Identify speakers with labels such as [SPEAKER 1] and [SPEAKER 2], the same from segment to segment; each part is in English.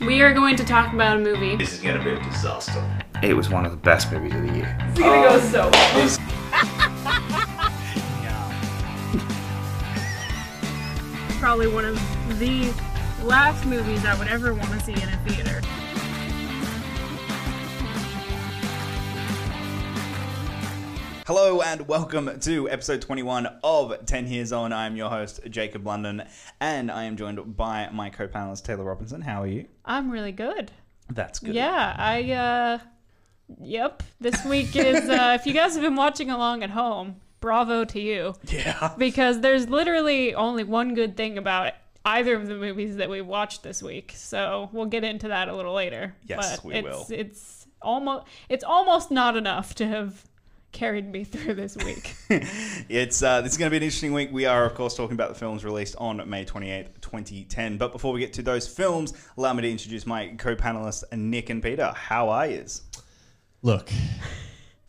[SPEAKER 1] We are going to talk about a movie.
[SPEAKER 2] This is gonna be a disaster.
[SPEAKER 3] It was one of the best movies of the year.
[SPEAKER 1] It's gonna go so. Probably one of the last movies I would ever want to see in a theater.
[SPEAKER 4] Hello and welcome to episode 21 of 10 Years On. I am your host, Jacob London, and I am joined by my co panelist, Taylor Robinson. How are you?
[SPEAKER 1] I'm really good.
[SPEAKER 4] That's good.
[SPEAKER 1] Yeah, I, uh, yep. This week is, uh, if you guys have been watching along at home, bravo to you.
[SPEAKER 4] Yeah.
[SPEAKER 1] Because there's literally only one good thing about either of the movies that we watched this week. So we'll get into that a little later.
[SPEAKER 4] Yes,
[SPEAKER 1] but
[SPEAKER 4] we
[SPEAKER 1] it's,
[SPEAKER 4] will.
[SPEAKER 1] It's almost, it's almost not enough to have carried me through this week.
[SPEAKER 4] It's uh, this is going to be an interesting week. We are, of course, talking about the films released on May 28th, 2010. But before we get to those films, allow me to introduce my co panelists, Nick and Peter. How are yous?
[SPEAKER 5] Look,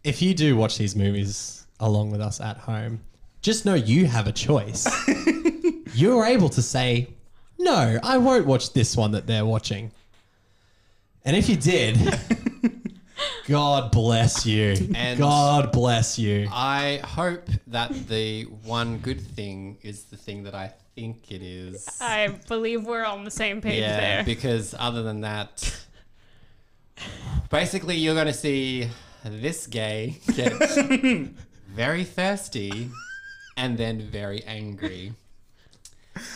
[SPEAKER 5] if you do watch these movies along with us at home, just know you have a choice. You're able to say, no, I won't watch this one that they're watching. And if you did, God bless you.
[SPEAKER 6] And-
[SPEAKER 5] God bless you.
[SPEAKER 6] I hope that the one good thing is the thing that I think it is.
[SPEAKER 1] I believe we're on the same page
[SPEAKER 6] yeah,
[SPEAKER 1] there.
[SPEAKER 6] because other than that, basically you're going to see this gay get very thirsty and then very angry.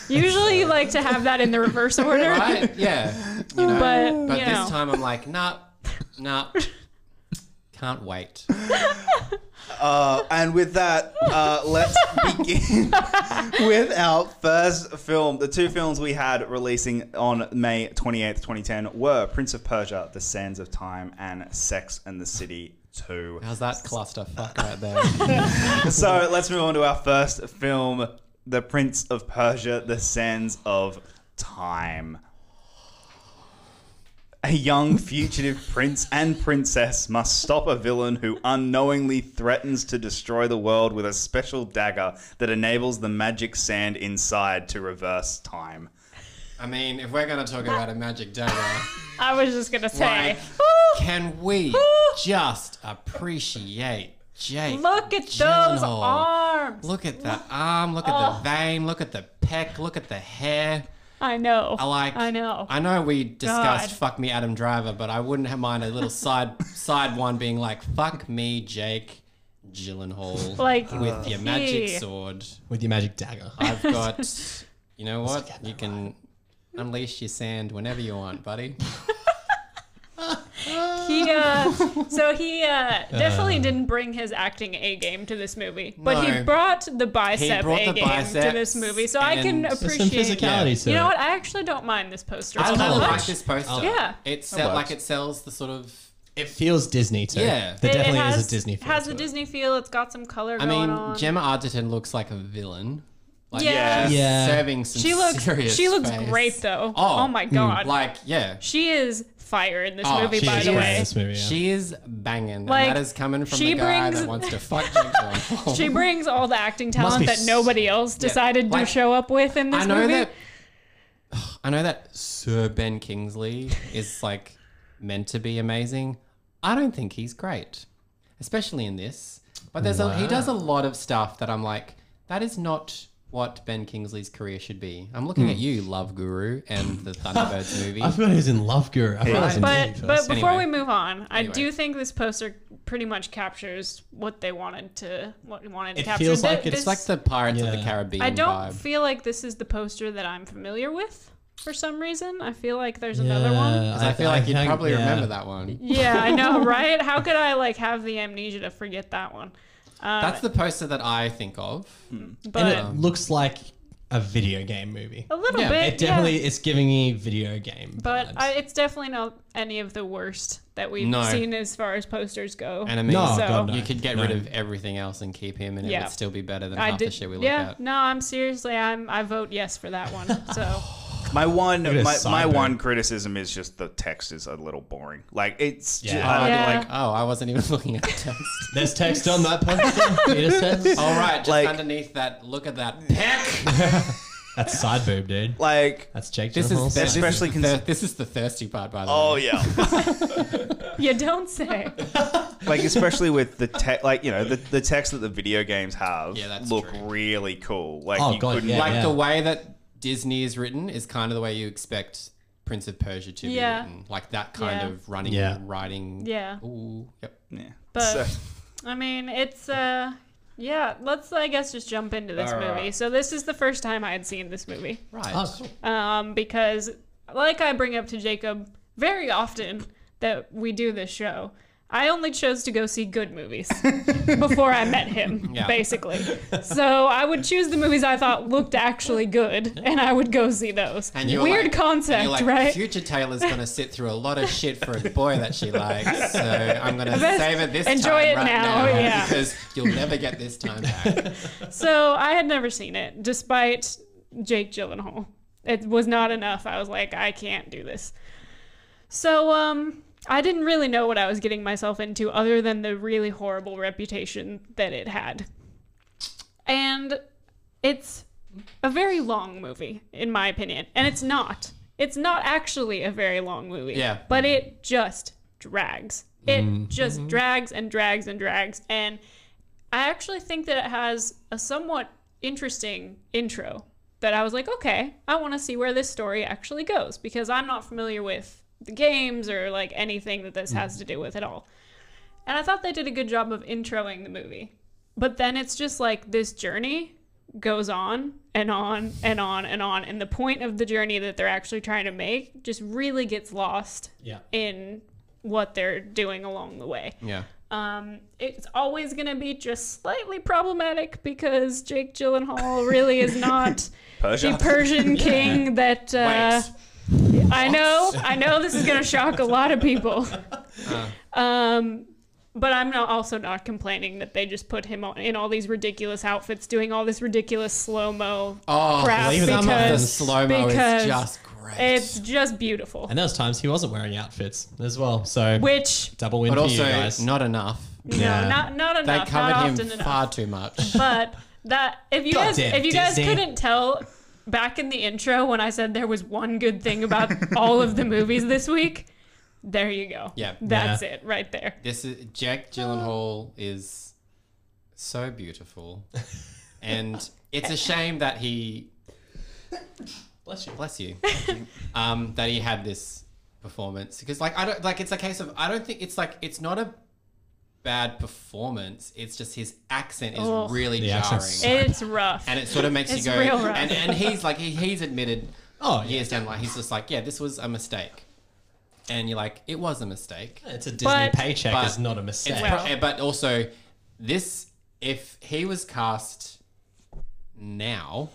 [SPEAKER 1] Usually you like to have that in the reverse order.
[SPEAKER 6] Right? Yeah. You know,
[SPEAKER 1] But,
[SPEAKER 6] but
[SPEAKER 1] you
[SPEAKER 6] this
[SPEAKER 1] know.
[SPEAKER 6] time I'm like, nah, nah, can't wait.
[SPEAKER 4] Uh, and with that, uh, let's begin with our first film. The two films we had releasing on May 28th, 2010 were Prince of Persia, The Sands of Time, and Sex and the City 2.
[SPEAKER 6] How's that clusterfuck right there?
[SPEAKER 4] So let's move on to our first film, The Prince of Persia, The Sands of Time. A young fugitive prince and princess must stop a villain who unknowingly threatens to destroy the world with a special dagger that enables the magic sand inside to reverse time.
[SPEAKER 6] I mean, if we're going to talk about a magic dagger.
[SPEAKER 1] I was just gonna say,
[SPEAKER 6] Like,
[SPEAKER 1] "Woo,
[SPEAKER 6] Can we just appreciate Jake?
[SPEAKER 1] look at those
[SPEAKER 6] Gyllenhaal.
[SPEAKER 1] arms. Oh.
[SPEAKER 6] Look at the arm. Look at the vein. Look at the pec. Look at the hair.
[SPEAKER 1] I know.
[SPEAKER 6] I like.
[SPEAKER 1] I know.
[SPEAKER 6] I know we discussed
[SPEAKER 1] God.
[SPEAKER 6] "fuck me, Adam Driver," but I wouldn't have mind a little side side one being like "fuck me, Jake Gyllenhaal,"
[SPEAKER 1] Like,
[SPEAKER 6] with your magic
[SPEAKER 1] he-
[SPEAKER 6] sword.
[SPEAKER 5] With your magic dagger.
[SPEAKER 6] I've got. You know what? You can unleash your sand whenever you want, buddy.
[SPEAKER 1] he uh, so he uh, definitely didn't bring his acting A game to this movie, but he
[SPEAKER 6] No.
[SPEAKER 1] brought the bicep
[SPEAKER 6] brought
[SPEAKER 1] A
[SPEAKER 6] the
[SPEAKER 1] game to
[SPEAKER 6] biceps
[SPEAKER 1] this movie, so I can
[SPEAKER 6] and- There's
[SPEAKER 5] There's some
[SPEAKER 1] appreciate.
[SPEAKER 5] physicality to
[SPEAKER 1] You know
[SPEAKER 5] it.
[SPEAKER 1] what? I actually don't mind this poster.
[SPEAKER 6] I,
[SPEAKER 1] all
[SPEAKER 6] I
[SPEAKER 1] that
[SPEAKER 5] works.
[SPEAKER 6] like
[SPEAKER 1] much.
[SPEAKER 6] this poster.
[SPEAKER 5] I'll-
[SPEAKER 1] Yeah.
[SPEAKER 6] It sell,
[SPEAKER 4] works.
[SPEAKER 6] like it sells the sort of
[SPEAKER 5] It feels Disney too.
[SPEAKER 6] Yeah.
[SPEAKER 5] There
[SPEAKER 1] It- it
[SPEAKER 5] definitely
[SPEAKER 1] has-
[SPEAKER 5] is a Disney feel.
[SPEAKER 1] Has
[SPEAKER 5] to
[SPEAKER 1] a
[SPEAKER 5] it.
[SPEAKER 1] Disney feel. It's got some color
[SPEAKER 6] I
[SPEAKER 1] going
[SPEAKER 6] mean,
[SPEAKER 1] on.
[SPEAKER 6] Gemma Arterton looks like a villain. Like,
[SPEAKER 1] Yeah.
[SPEAKER 6] she's
[SPEAKER 5] Yeah.
[SPEAKER 6] Serving some
[SPEAKER 1] she looks.
[SPEAKER 6] serious
[SPEAKER 1] She looks
[SPEAKER 6] face.
[SPEAKER 1] great though.
[SPEAKER 6] Oh,
[SPEAKER 1] Oh, my god.
[SPEAKER 6] Like, yeah.
[SPEAKER 1] She is fire in this
[SPEAKER 6] Oh,
[SPEAKER 1] movie,
[SPEAKER 6] she
[SPEAKER 1] by
[SPEAKER 6] is
[SPEAKER 1] the
[SPEAKER 6] fire in
[SPEAKER 1] way.
[SPEAKER 5] this movie, yeah.
[SPEAKER 6] She is banging.
[SPEAKER 1] Like,
[SPEAKER 6] and that is coming from
[SPEAKER 1] she
[SPEAKER 6] the guy
[SPEAKER 1] brings-
[SPEAKER 6] that wants to fuck Jake
[SPEAKER 1] She brings all the acting talent
[SPEAKER 5] be
[SPEAKER 1] that
[SPEAKER 5] s-
[SPEAKER 1] nobody else decided to
[SPEAKER 6] Like,
[SPEAKER 1] show up with in this
[SPEAKER 6] I know
[SPEAKER 1] movie.
[SPEAKER 6] that. I know that Sir Ben Kingsley is like meant to be amazing. I don't think he's great, especially in this. But there's a, he does a lot of stuff that I'm like, that is not what Ben Kingsley's career should be. I'm looking
[SPEAKER 5] Hmm.
[SPEAKER 6] at you, Love Guru, and the Thunderbirds movie.
[SPEAKER 5] I forgot he was in Love Guru. I forgot he was in
[SPEAKER 1] but
[SPEAKER 5] Disney
[SPEAKER 1] but
[SPEAKER 5] first.
[SPEAKER 1] before
[SPEAKER 6] Anyway.
[SPEAKER 1] we move on, I
[SPEAKER 6] Anyway.
[SPEAKER 1] do think this poster pretty much captures what they wanted to what wanted to
[SPEAKER 5] It
[SPEAKER 1] capture.
[SPEAKER 5] feels
[SPEAKER 1] Th-
[SPEAKER 5] like
[SPEAKER 6] It's
[SPEAKER 1] this-
[SPEAKER 6] like the Pirates of the
[SPEAKER 5] Yeah.
[SPEAKER 6] Caribbean
[SPEAKER 1] I don't
[SPEAKER 6] vibe.
[SPEAKER 1] feel like this is the poster that I'm familiar with for some reason. I feel like there's another one.
[SPEAKER 6] 'Cause I, feel like you'd
[SPEAKER 5] think-
[SPEAKER 6] probably
[SPEAKER 5] yeah.
[SPEAKER 6] remember that one.
[SPEAKER 1] Yeah, I know, right? How could I like have the amnesia to forget that one? Uh,
[SPEAKER 6] That's the poster that I think of.
[SPEAKER 1] Mm. But
[SPEAKER 5] and it looks like a video game movie.
[SPEAKER 1] a little
[SPEAKER 6] yeah,
[SPEAKER 1] bit,
[SPEAKER 5] It
[SPEAKER 1] yeah.
[SPEAKER 5] definitely it's giving me video game.
[SPEAKER 1] But
[SPEAKER 5] vibes.
[SPEAKER 1] I, it's definitely not any of the worst that we've
[SPEAKER 6] No.
[SPEAKER 1] seen as far as posters go.
[SPEAKER 6] And I mean,
[SPEAKER 5] no,
[SPEAKER 1] so-
[SPEAKER 5] God, no,
[SPEAKER 6] you could get
[SPEAKER 5] no.
[SPEAKER 6] rid of everything else and keep him, and
[SPEAKER 1] Yeah.
[SPEAKER 6] it would still be better than
[SPEAKER 1] I
[SPEAKER 6] half the
[SPEAKER 1] did-
[SPEAKER 6] shit we look
[SPEAKER 1] yeah,
[SPEAKER 6] at.
[SPEAKER 1] no, I'm seriously, I'm I vote yes for that one. So
[SPEAKER 4] My one,
[SPEAKER 5] it a
[SPEAKER 4] my, my
[SPEAKER 5] sideburn.
[SPEAKER 4] one criticism is just the text is a little boring. Like it's, ju-
[SPEAKER 5] Yeah.
[SPEAKER 4] I don't
[SPEAKER 1] Yeah.
[SPEAKER 4] like
[SPEAKER 6] Oh, I wasn't even looking at the text.
[SPEAKER 5] There's text on that poster. Peter says.
[SPEAKER 6] Oh. All right, just
[SPEAKER 4] Like-
[SPEAKER 6] underneath that, look at that peck.
[SPEAKER 5] That's side boob, dude.
[SPEAKER 4] Like,
[SPEAKER 5] That's Jake
[SPEAKER 6] This is,
[SPEAKER 5] Gyllenhaal's
[SPEAKER 6] this,
[SPEAKER 5] side
[SPEAKER 4] Especially
[SPEAKER 6] is
[SPEAKER 4] cons-
[SPEAKER 6] the, this is the thirsty part, by the
[SPEAKER 4] oh
[SPEAKER 6] way.
[SPEAKER 4] yeah.
[SPEAKER 1] You don't say.
[SPEAKER 4] like especially with the tech, like you know the, the text that the video games have
[SPEAKER 6] Yeah, that's
[SPEAKER 4] look
[SPEAKER 6] true.
[SPEAKER 4] really cool. Like
[SPEAKER 5] Oh,
[SPEAKER 4] you
[SPEAKER 5] God,
[SPEAKER 4] couldn't
[SPEAKER 5] yeah.
[SPEAKER 4] like
[SPEAKER 6] Like the way that Disney is written is kind of the way you expect Prince of Persia to
[SPEAKER 1] Yeah.
[SPEAKER 6] be written. Like that kind
[SPEAKER 1] Yeah.
[SPEAKER 6] of running
[SPEAKER 5] Yeah.
[SPEAKER 6] and writing.
[SPEAKER 1] Yeah.
[SPEAKER 6] Ooh, yep.
[SPEAKER 4] yeah.
[SPEAKER 1] But-
[SPEAKER 4] So-
[SPEAKER 1] I mean, it's uh yeah, let's I guess just jump into this movie. So this is the first time I had seen this movie.
[SPEAKER 6] Right.
[SPEAKER 5] Oh, cool.
[SPEAKER 1] Um because like I bring up to Jacob very often that we do this show, I only chose to go see good movies before I met him,
[SPEAKER 6] Yeah.
[SPEAKER 1] basically. So I would choose the movies I thought looked actually good and I would go see those.
[SPEAKER 6] And you're
[SPEAKER 1] Weird
[SPEAKER 6] like-
[SPEAKER 1] concept,
[SPEAKER 6] And you're like,
[SPEAKER 1] right?
[SPEAKER 6] Future Taylor's gonna sit through a lot of shit for a boy that she likes, so I'm gonna
[SPEAKER 1] Best-
[SPEAKER 6] save it this
[SPEAKER 1] enjoy
[SPEAKER 6] time
[SPEAKER 1] it
[SPEAKER 6] right
[SPEAKER 1] now,
[SPEAKER 6] now,
[SPEAKER 1] yeah.
[SPEAKER 6] because you'll never get this time back.
[SPEAKER 1] So I had never seen it, despite Jake Gyllenhaal. It was not enough. I was like, I can't do this. So um, I didn't really know what I was getting myself into, other than the really horrible reputation that it had. And it's a very long movie, in my opinion, and it's not. It's not actually a very long movie.
[SPEAKER 6] Yeah.
[SPEAKER 1] But it just drags. It just drags and drags and drags and. I actually think that it has a somewhat interesting intro that I was like, okay, I want to see where this story actually goes because I'm not familiar with the games or like anything that this has to do with at all. And I thought they did a good job of introing the movie. But then it's just like this journey goes on and on and on and on. And the point of the journey that they're actually trying to make just really gets lost
[SPEAKER 5] Yeah.
[SPEAKER 1] in what they're doing along the way.
[SPEAKER 6] Yeah.
[SPEAKER 1] Um, it's always going to be just slightly problematic because Jake Gyllenhaal really is not the
[SPEAKER 4] Persia.
[SPEAKER 1] Persian king that uh, I know. I know this is going to shock a lot of people.
[SPEAKER 6] Uh.
[SPEAKER 1] Um, but I'm not, also not complaining that they just put him on, in all these ridiculous outfits, doing all this ridiculous slow mo.
[SPEAKER 6] Oh,
[SPEAKER 1] Crap,
[SPEAKER 6] some of the
[SPEAKER 1] because-
[SPEAKER 6] slow mo
[SPEAKER 1] because
[SPEAKER 6] is just great.
[SPEAKER 1] It's just beautiful.
[SPEAKER 5] And there was times he wasn't wearing outfits as well. So
[SPEAKER 1] Which,
[SPEAKER 5] double win
[SPEAKER 6] but
[SPEAKER 5] for
[SPEAKER 6] also
[SPEAKER 5] you guys.
[SPEAKER 6] not enough.
[SPEAKER 1] no,
[SPEAKER 5] Yeah.
[SPEAKER 1] not not
[SPEAKER 6] They
[SPEAKER 1] enough.
[SPEAKER 6] covered
[SPEAKER 1] not
[SPEAKER 6] him
[SPEAKER 1] often enough.
[SPEAKER 6] far too much.
[SPEAKER 1] but that if you guys
[SPEAKER 5] Goddamn
[SPEAKER 1] if you guys
[SPEAKER 5] Disney.
[SPEAKER 1] couldn't tell back in the intro when I said there was one good thing about all of the movies this week, there you go.
[SPEAKER 6] Yeah.
[SPEAKER 1] That's
[SPEAKER 5] Yeah.
[SPEAKER 1] it right there.
[SPEAKER 6] This is Jack Gyllenhaal is so beautiful, and it's a shame that he
[SPEAKER 5] Bless you.
[SPEAKER 6] bless you um, that he had this performance because like I don't like it's a case of I don't think it's like it's not a bad performance. It's just his accent is
[SPEAKER 1] Ugh.
[SPEAKER 6] really
[SPEAKER 5] The
[SPEAKER 6] jarring,
[SPEAKER 5] accent's so-
[SPEAKER 1] It's rough.
[SPEAKER 6] and it sort of makes
[SPEAKER 1] Oh. It's
[SPEAKER 6] you go.
[SPEAKER 1] real rough.
[SPEAKER 6] And and he's like he, he's admitted
[SPEAKER 5] Oh, yeah.
[SPEAKER 6] years down the line he's just like yeah this was a mistake, and you're like it was a mistake.
[SPEAKER 5] It's a Disney
[SPEAKER 1] But-
[SPEAKER 5] paycheck.
[SPEAKER 6] but
[SPEAKER 5] it's not a mistake.
[SPEAKER 6] It's
[SPEAKER 1] Well-
[SPEAKER 6] pro- but also, this if he was cast now,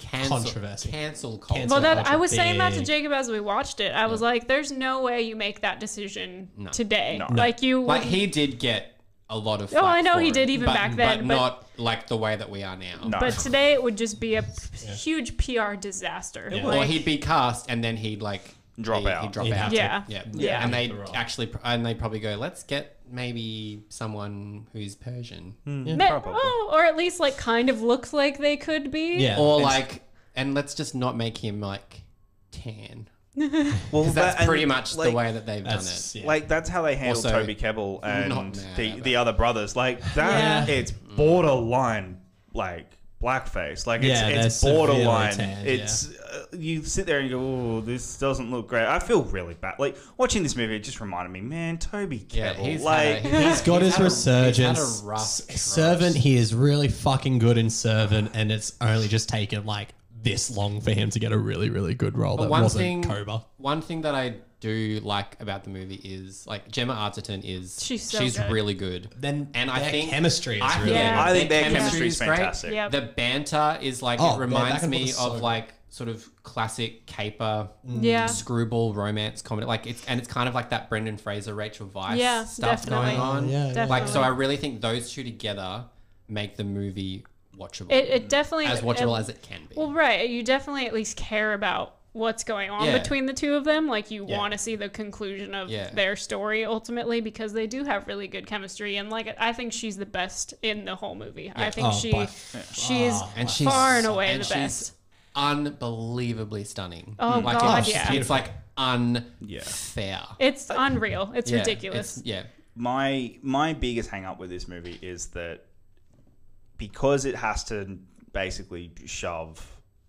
[SPEAKER 6] cancel,
[SPEAKER 5] Controversy.
[SPEAKER 6] cancel culture.
[SPEAKER 5] Cancel.
[SPEAKER 1] well, that
[SPEAKER 5] Roger
[SPEAKER 1] I was saying that to
[SPEAKER 5] Big.
[SPEAKER 1] Jacob as we watched it. I was like, "There's no way you make that decision today.
[SPEAKER 4] No.
[SPEAKER 1] Like you,
[SPEAKER 6] Like he did get a lot of.
[SPEAKER 1] Oh, I
[SPEAKER 6] flack
[SPEAKER 1] know
[SPEAKER 6] for
[SPEAKER 1] he
[SPEAKER 6] it,
[SPEAKER 1] did even
[SPEAKER 6] but,
[SPEAKER 1] back then,
[SPEAKER 6] but,
[SPEAKER 1] but-
[SPEAKER 6] not like the way that we are now.
[SPEAKER 4] No.
[SPEAKER 1] but today it would just be a p- huge PR disaster.
[SPEAKER 6] Or
[SPEAKER 1] Like,
[SPEAKER 6] he'd be cast and then he'd like
[SPEAKER 4] Drop
[SPEAKER 6] he-
[SPEAKER 4] out.
[SPEAKER 6] He'd drop
[SPEAKER 5] He'd
[SPEAKER 6] out.
[SPEAKER 5] have
[SPEAKER 1] yeah,
[SPEAKER 6] Yeah.
[SPEAKER 1] Yeah.
[SPEAKER 6] and they
[SPEAKER 5] Take the role.
[SPEAKER 6] actually, pr- and they probably go, let's get maybe someone who's Persian,
[SPEAKER 4] Hmm.
[SPEAKER 1] Me-
[SPEAKER 4] Probably.
[SPEAKER 1] oh, or at least like kind of looks like they could be.
[SPEAKER 5] yeah.
[SPEAKER 6] or like, and let's just not make him like tan.
[SPEAKER 4] well,
[SPEAKER 6] That's
[SPEAKER 4] that- and,
[SPEAKER 6] pretty much
[SPEAKER 4] like-
[SPEAKER 6] the way that they've done it.
[SPEAKER 5] that's, yeah.
[SPEAKER 4] Like that's how they handled
[SPEAKER 6] Also,
[SPEAKER 4] Toby Kebbell and
[SPEAKER 6] not mad
[SPEAKER 4] the
[SPEAKER 6] about Mm.
[SPEAKER 4] the other brothers. Like that,
[SPEAKER 5] Yeah.
[SPEAKER 4] it's borderline like blackface. Like it's,
[SPEAKER 5] Yeah,
[SPEAKER 4] it's
[SPEAKER 5] they're severely
[SPEAKER 4] borderline.
[SPEAKER 5] tanned, yeah.
[SPEAKER 4] it's uh, you sit there and go, "Oh, this doesn't look great." I feel really bad. Like watching this movie, it just reminded me, man, Toby
[SPEAKER 6] Yeah,
[SPEAKER 4] Kebbell.
[SPEAKER 6] he's
[SPEAKER 4] like
[SPEAKER 6] had a, he's,
[SPEAKER 5] He's got
[SPEAKER 6] he's
[SPEAKER 5] his
[SPEAKER 6] had a- he's had a
[SPEAKER 5] resurgence.
[SPEAKER 6] rough
[SPEAKER 5] S-
[SPEAKER 6] trot.
[SPEAKER 5] Servant, he is really fucking good in Servant, and it's only just taken like this long for him to get a really, really good role that
[SPEAKER 6] one
[SPEAKER 5] wasn't
[SPEAKER 6] thing,
[SPEAKER 5] Cobra.
[SPEAKER 6] one thing that I do like about the movie is like Gemma Arterton is
[SPEAKER 1] She's so
[SPEAKER 6] she's
[SPEAKER 1] good.
[SPEAKER 6] really good.
[SPEAKER 5] Then
[SPEAKER 6] and I
[SPEAKER 5] their
[SPEAKER 6] think
[SPEAKER 5] chemistry is
[SPEAKER 6] I
[SPEAKER 5] really
[SPEAKER 1] Yeah.
[SPEAKER 4] I think their
[SPEAKER 6] chemistry
[SPEAKER 4] chemistry is
[SPEAKER 6] is great.
[SPEAKER 4] fantastic.
[SPEAKER 1] Yep.
[SPEAKER 6] The banter is like
[SPEAKER 5] Oh,
[SPEAKER 6] it
[SPEAKER 5] yeah, back
[SPEAKER 6] reminds
[SPEAKER 5] and forth
[SPEAKER 6] me
[SPEAKER 5] is
[SPEAKER 6] of
[SPEAKER 5] so Mm.
[SPEAKER 6] like sort of classic caper
[SPEAKER 1] Yeah.
[SPEAKER 6] screwball romance comedy. Like it's and it's kind of like that Brendan Fraser Rachel Vice
[SPEAKER 1] Yeah,
[SPEAKER 6] stuff
[SPEAKER 1] definitely.
[SPEAKER 6] going on.
[SPEAKER 5] Yeah, yeah.
[SPEAKER 6] Like so
[SPEAKER 1] Definitely.
[SPEAKER 6] I really think those two together make the movie watchable.
[SPEAKER 1] It, it definitely
[SPEAKER 6] as watchable as it can be.
[SPEAKER 1] Well, right. You definitely at least care about what's going on
[SPEAKER 6] Yeah.
[SPEAKER 1] between the two of them. Like you
[SPEAKER 5] Yeah.
[SPEAKER 1] want to see the conclusion of
[SPEAKER 6] Yeah.
[SPEAKER 1] their story ultimately because they do have really good chemistry and like I think she's the best in the whole movie. I think
[SPEAKER 5] Oh,
[SPEAKER 1] she
[SPEAKER 5] by-
[SPEAKER 1] she's
[SPEAKER 5] Oh,
[SPEAKER 6] and she's
[SPEAKER 1] far and away the
[SPEAKER 6] she's
[SPEAKER 1] best.
[SPEAKER 6] unbelievably stunning.
[SPEAKER 1] Oh,
[SPEAKER 6] like
[SPEAKER 1] God,
[SPEAKER 6] it's,
[SPEAKER 1] yeah.
[SPEAKER 6] it's like unfair.
[SPEAKER 1] It's unreal. It's
[SPEAKER 6] Yeah,
[SPEAKER 1] ridiculous.
[SPEAKER 6] it's- yeah.
[SPEAKER 4] my my biggest hang up with this movie is that because it has to basically shove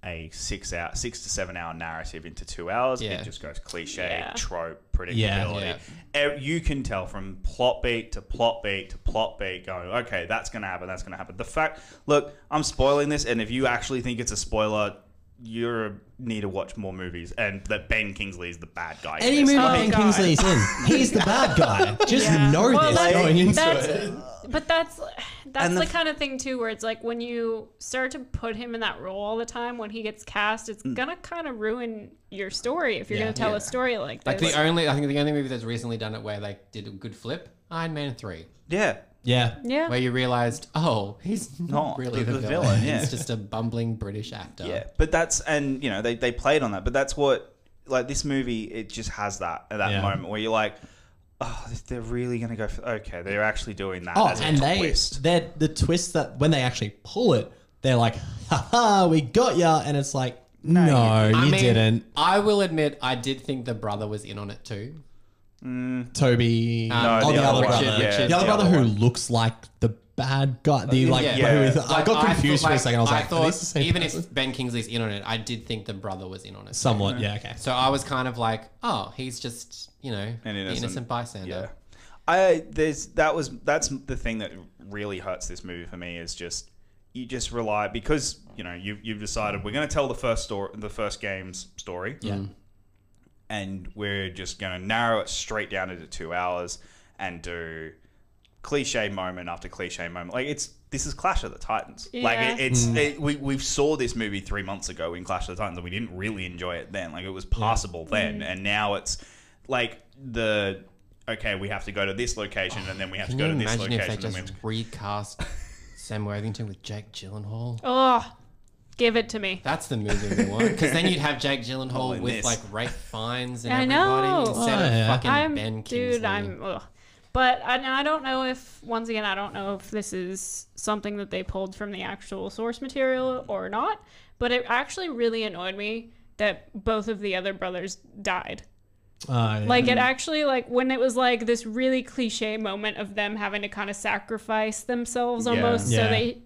[SPEAKER 4] a six hour six to seven hour narrative into two hours
[SPEAKER 6] Yeah.
[SPEAKER 4] it just goes cliche
[SPEAKER 1] Yeah.
[SPEAKER 4] trope predictability Eh, you can tell from plot beat to plot beat to plot beat going okay that's gonna happen that's gonna happen the fact look i'm spoiling this and if you actually think it's a spoiler you are need to watch more movies and that ben kingsley is the bad guy in
[SPEAKER 5] Any
[SPEAKER 4] this.
[SPEAKER 5] movie
[SPEAKER 1] Oh,
[SPEAKER 5] Ben
[SPEAKER 1] God.
[SPEAKER 5] Kingsley's in, he's the bad guy. Just
[SPEAKER 1] Yeah.
[SPEAKER 5] know
[SPEAKER 1] Well,
[SPEAKER 5] this
[SPEAKER 1] that's-
[SPEAKER 5] going into
[SPEAKER 1] that's-
[SPEAKER 5] it.
[SPEAKER 1] But that's that's
[SPEAKER 4] And
[SPEAKER 1] the,
[SPEAKER 4] the-
[SPEAKER 1] kind of thing too, where it's like when you start to put him in that role all the time, when he gets cast, it's
[SPEAKER 4] Mm.
[SPEAKER 1] gonna kind of ruin your story if you're
[SPEAKER 6] Yeah.
[SPEAKER 1] gonna tell
[SPEAKER 6] Yeah.
[SPEAKER 1] a story like
[SPEAKER 6] Like
[SPEAKER 1] this.
[SPEAKER 6] the only, I think the only movie that's recently done it where they did a good flip, Iron Man three,
[SPEAKER 4] yeah
[SPEAKER 5] Yeah.
[SPEAKER 1] yeah,
[SPEAKER 6] where you realized, oh, he's not,
[SPEAKER 4] Not
[SPEAKER 6] really the,
[SPEAKER 4] the
[SPEAKER 6] villain.
[SPEAKER 4] villain, yeah.
[SPEAKER 6] He's just a bumbling British actor.
[SPEAKER 4] Yeah, but that's and you know they they played on that, but that's what like this movie it just has that at that
[SPEAKER 5] Yeah.
[SPEAKER 4] moment where you're like, oh, they're really gonna go for okay, they're actually doing that
[SPEAKER 5] Oh,
[SPEAKER 4] as a
[SPEAKER 5] and they
[SPEAKER 4] twist.
[SPEAKER 5] they're the twist that when they actually pull it, they're like, "Ha ha, we got ya," and it's like, no, you
[SPEAKER 6] I mean,
[SPEAKER 5] didn't,
[SPEAKER 6] I will admit, I did think the brother was in on it too.
[SPEAKER 5] Toby.
[SPEAKER 6] No,
[SPEAKER 5] oh,
[SPEAKER 6] the
[SPEAKER 5] the,
[SPEAKER 6] other
[SPEAKER 5] other
[SPEAKER 6] one.
[SPEAKER 5] brother,
[SPEAKER 6] Richard, yeah,
[SPEAKER 5] the other
[SPEAKER 6] the
[SPEAKER 5] brother
[SPEAKER 4] other
[SPEAKER 5] who looks like the bad guy. The like,
[SPEAKER 6] Yeah.
[SPEAKER 5] who is-
[SPEAKER 4] Yeah.
[SPEAKER 5] I got
[SPEAKER 6] Like,
[SPEAKER 5] confused
[SPEAKER 6] thought,
[SPEAKER 5] for a second. I was like,
[SPEAKER 6] I
[SPEAKER 5] "Are these the
[SPEAKER 6] thought
[SPEAKER 5] same
[SPEAKER 6] even
[SPEAKER 5] person?"
[SPEAKER 6] if Ben Kingsley's in on it, I did think the brother was in on it.
[SPEAKER 5] somewhat, yeah, okay.
[SPEAKER 6] So I was kind of like, oh, he's just, you know,
[SPEAKER 4] An
[SPEAKER 6] the
[SPEAKER 4] innocent-
[SPEAKER 6] innocent
[SPEAKER 4] Yeah,
[SPEAKER 6] bystander.
[SPEAKER 4] I there's that was that's the thing that really hurts this movie for me is just you just rely because you know you you've decided we're gonna tell the first story the first game's story. Yeah. and we're just going to narrow it straight down into two hours and do cliche moment after cliche moment. Like it's this is Clash of the Titans. Like
[SPEAKER 1] Yeah.
[SPEAKER 4] it, it's
[SPEAKER 6] Mm.
[SPEAKER 4] it, we we saw this movie three months ago in Clash of the Titans and we didn't really enjoy it then. Like it was passable then, and now it's like the okay we have to go to this location and then we have to
[SPEAKER 6] Can
[SPEAKER 4] go
[SPEAKER 6] you
[SPEAKER 4] to this
[SPEAKER 6] imagine
[SPEAKER 4] location.
[SPEAKER 6] if they
[SPEAKER 4] and we
[SPEAKER 6] just
[SPEAKER 4] have to-
[SPEAKER 6] recast Sam Worthington with Jake Gyllenhaal?
[SPEAKER 1] oh, give it to me.
[SPEAKER 6] That's the movie we want. Because then you'd have Jake Gyllenhaal
[SPEAKER 4] in
[SPEAKER 6] with
[SPEAKER 4] this.
[SPEAKER 6] like Rafe Fiennes and
[SPEAKER 1] I
[SPEAKER 6] everybody
[SPEAKER 1] know.
[SPEAKER 6] instead
[SPEAKER 5] Oh,
[SPEAKER 6] of
[SPEAKER 5] yeah.
[SPEAKER 6] fucking
[SPEAKER 1] I'm
[SPEAKER 6] Ben Kingsley.
[SPEAKER 1] dude. I'm. Ugh. But I, and I don't know if once again I don't know if this is something that they pulled from the actual source material or not. But it actually really annoyed me that both of the other brothers died.
[SPEAKER 5] Uh, yeah.
[SPEAKER 1] Like it actually like when it was like this really cliche moment of them having to kind of sacrifice themselves
[SPEAKER 4] Yeah.
[SPEAKER 1] almost so
[SPEAKER 5] Yeah.
[SPEAKER 1] they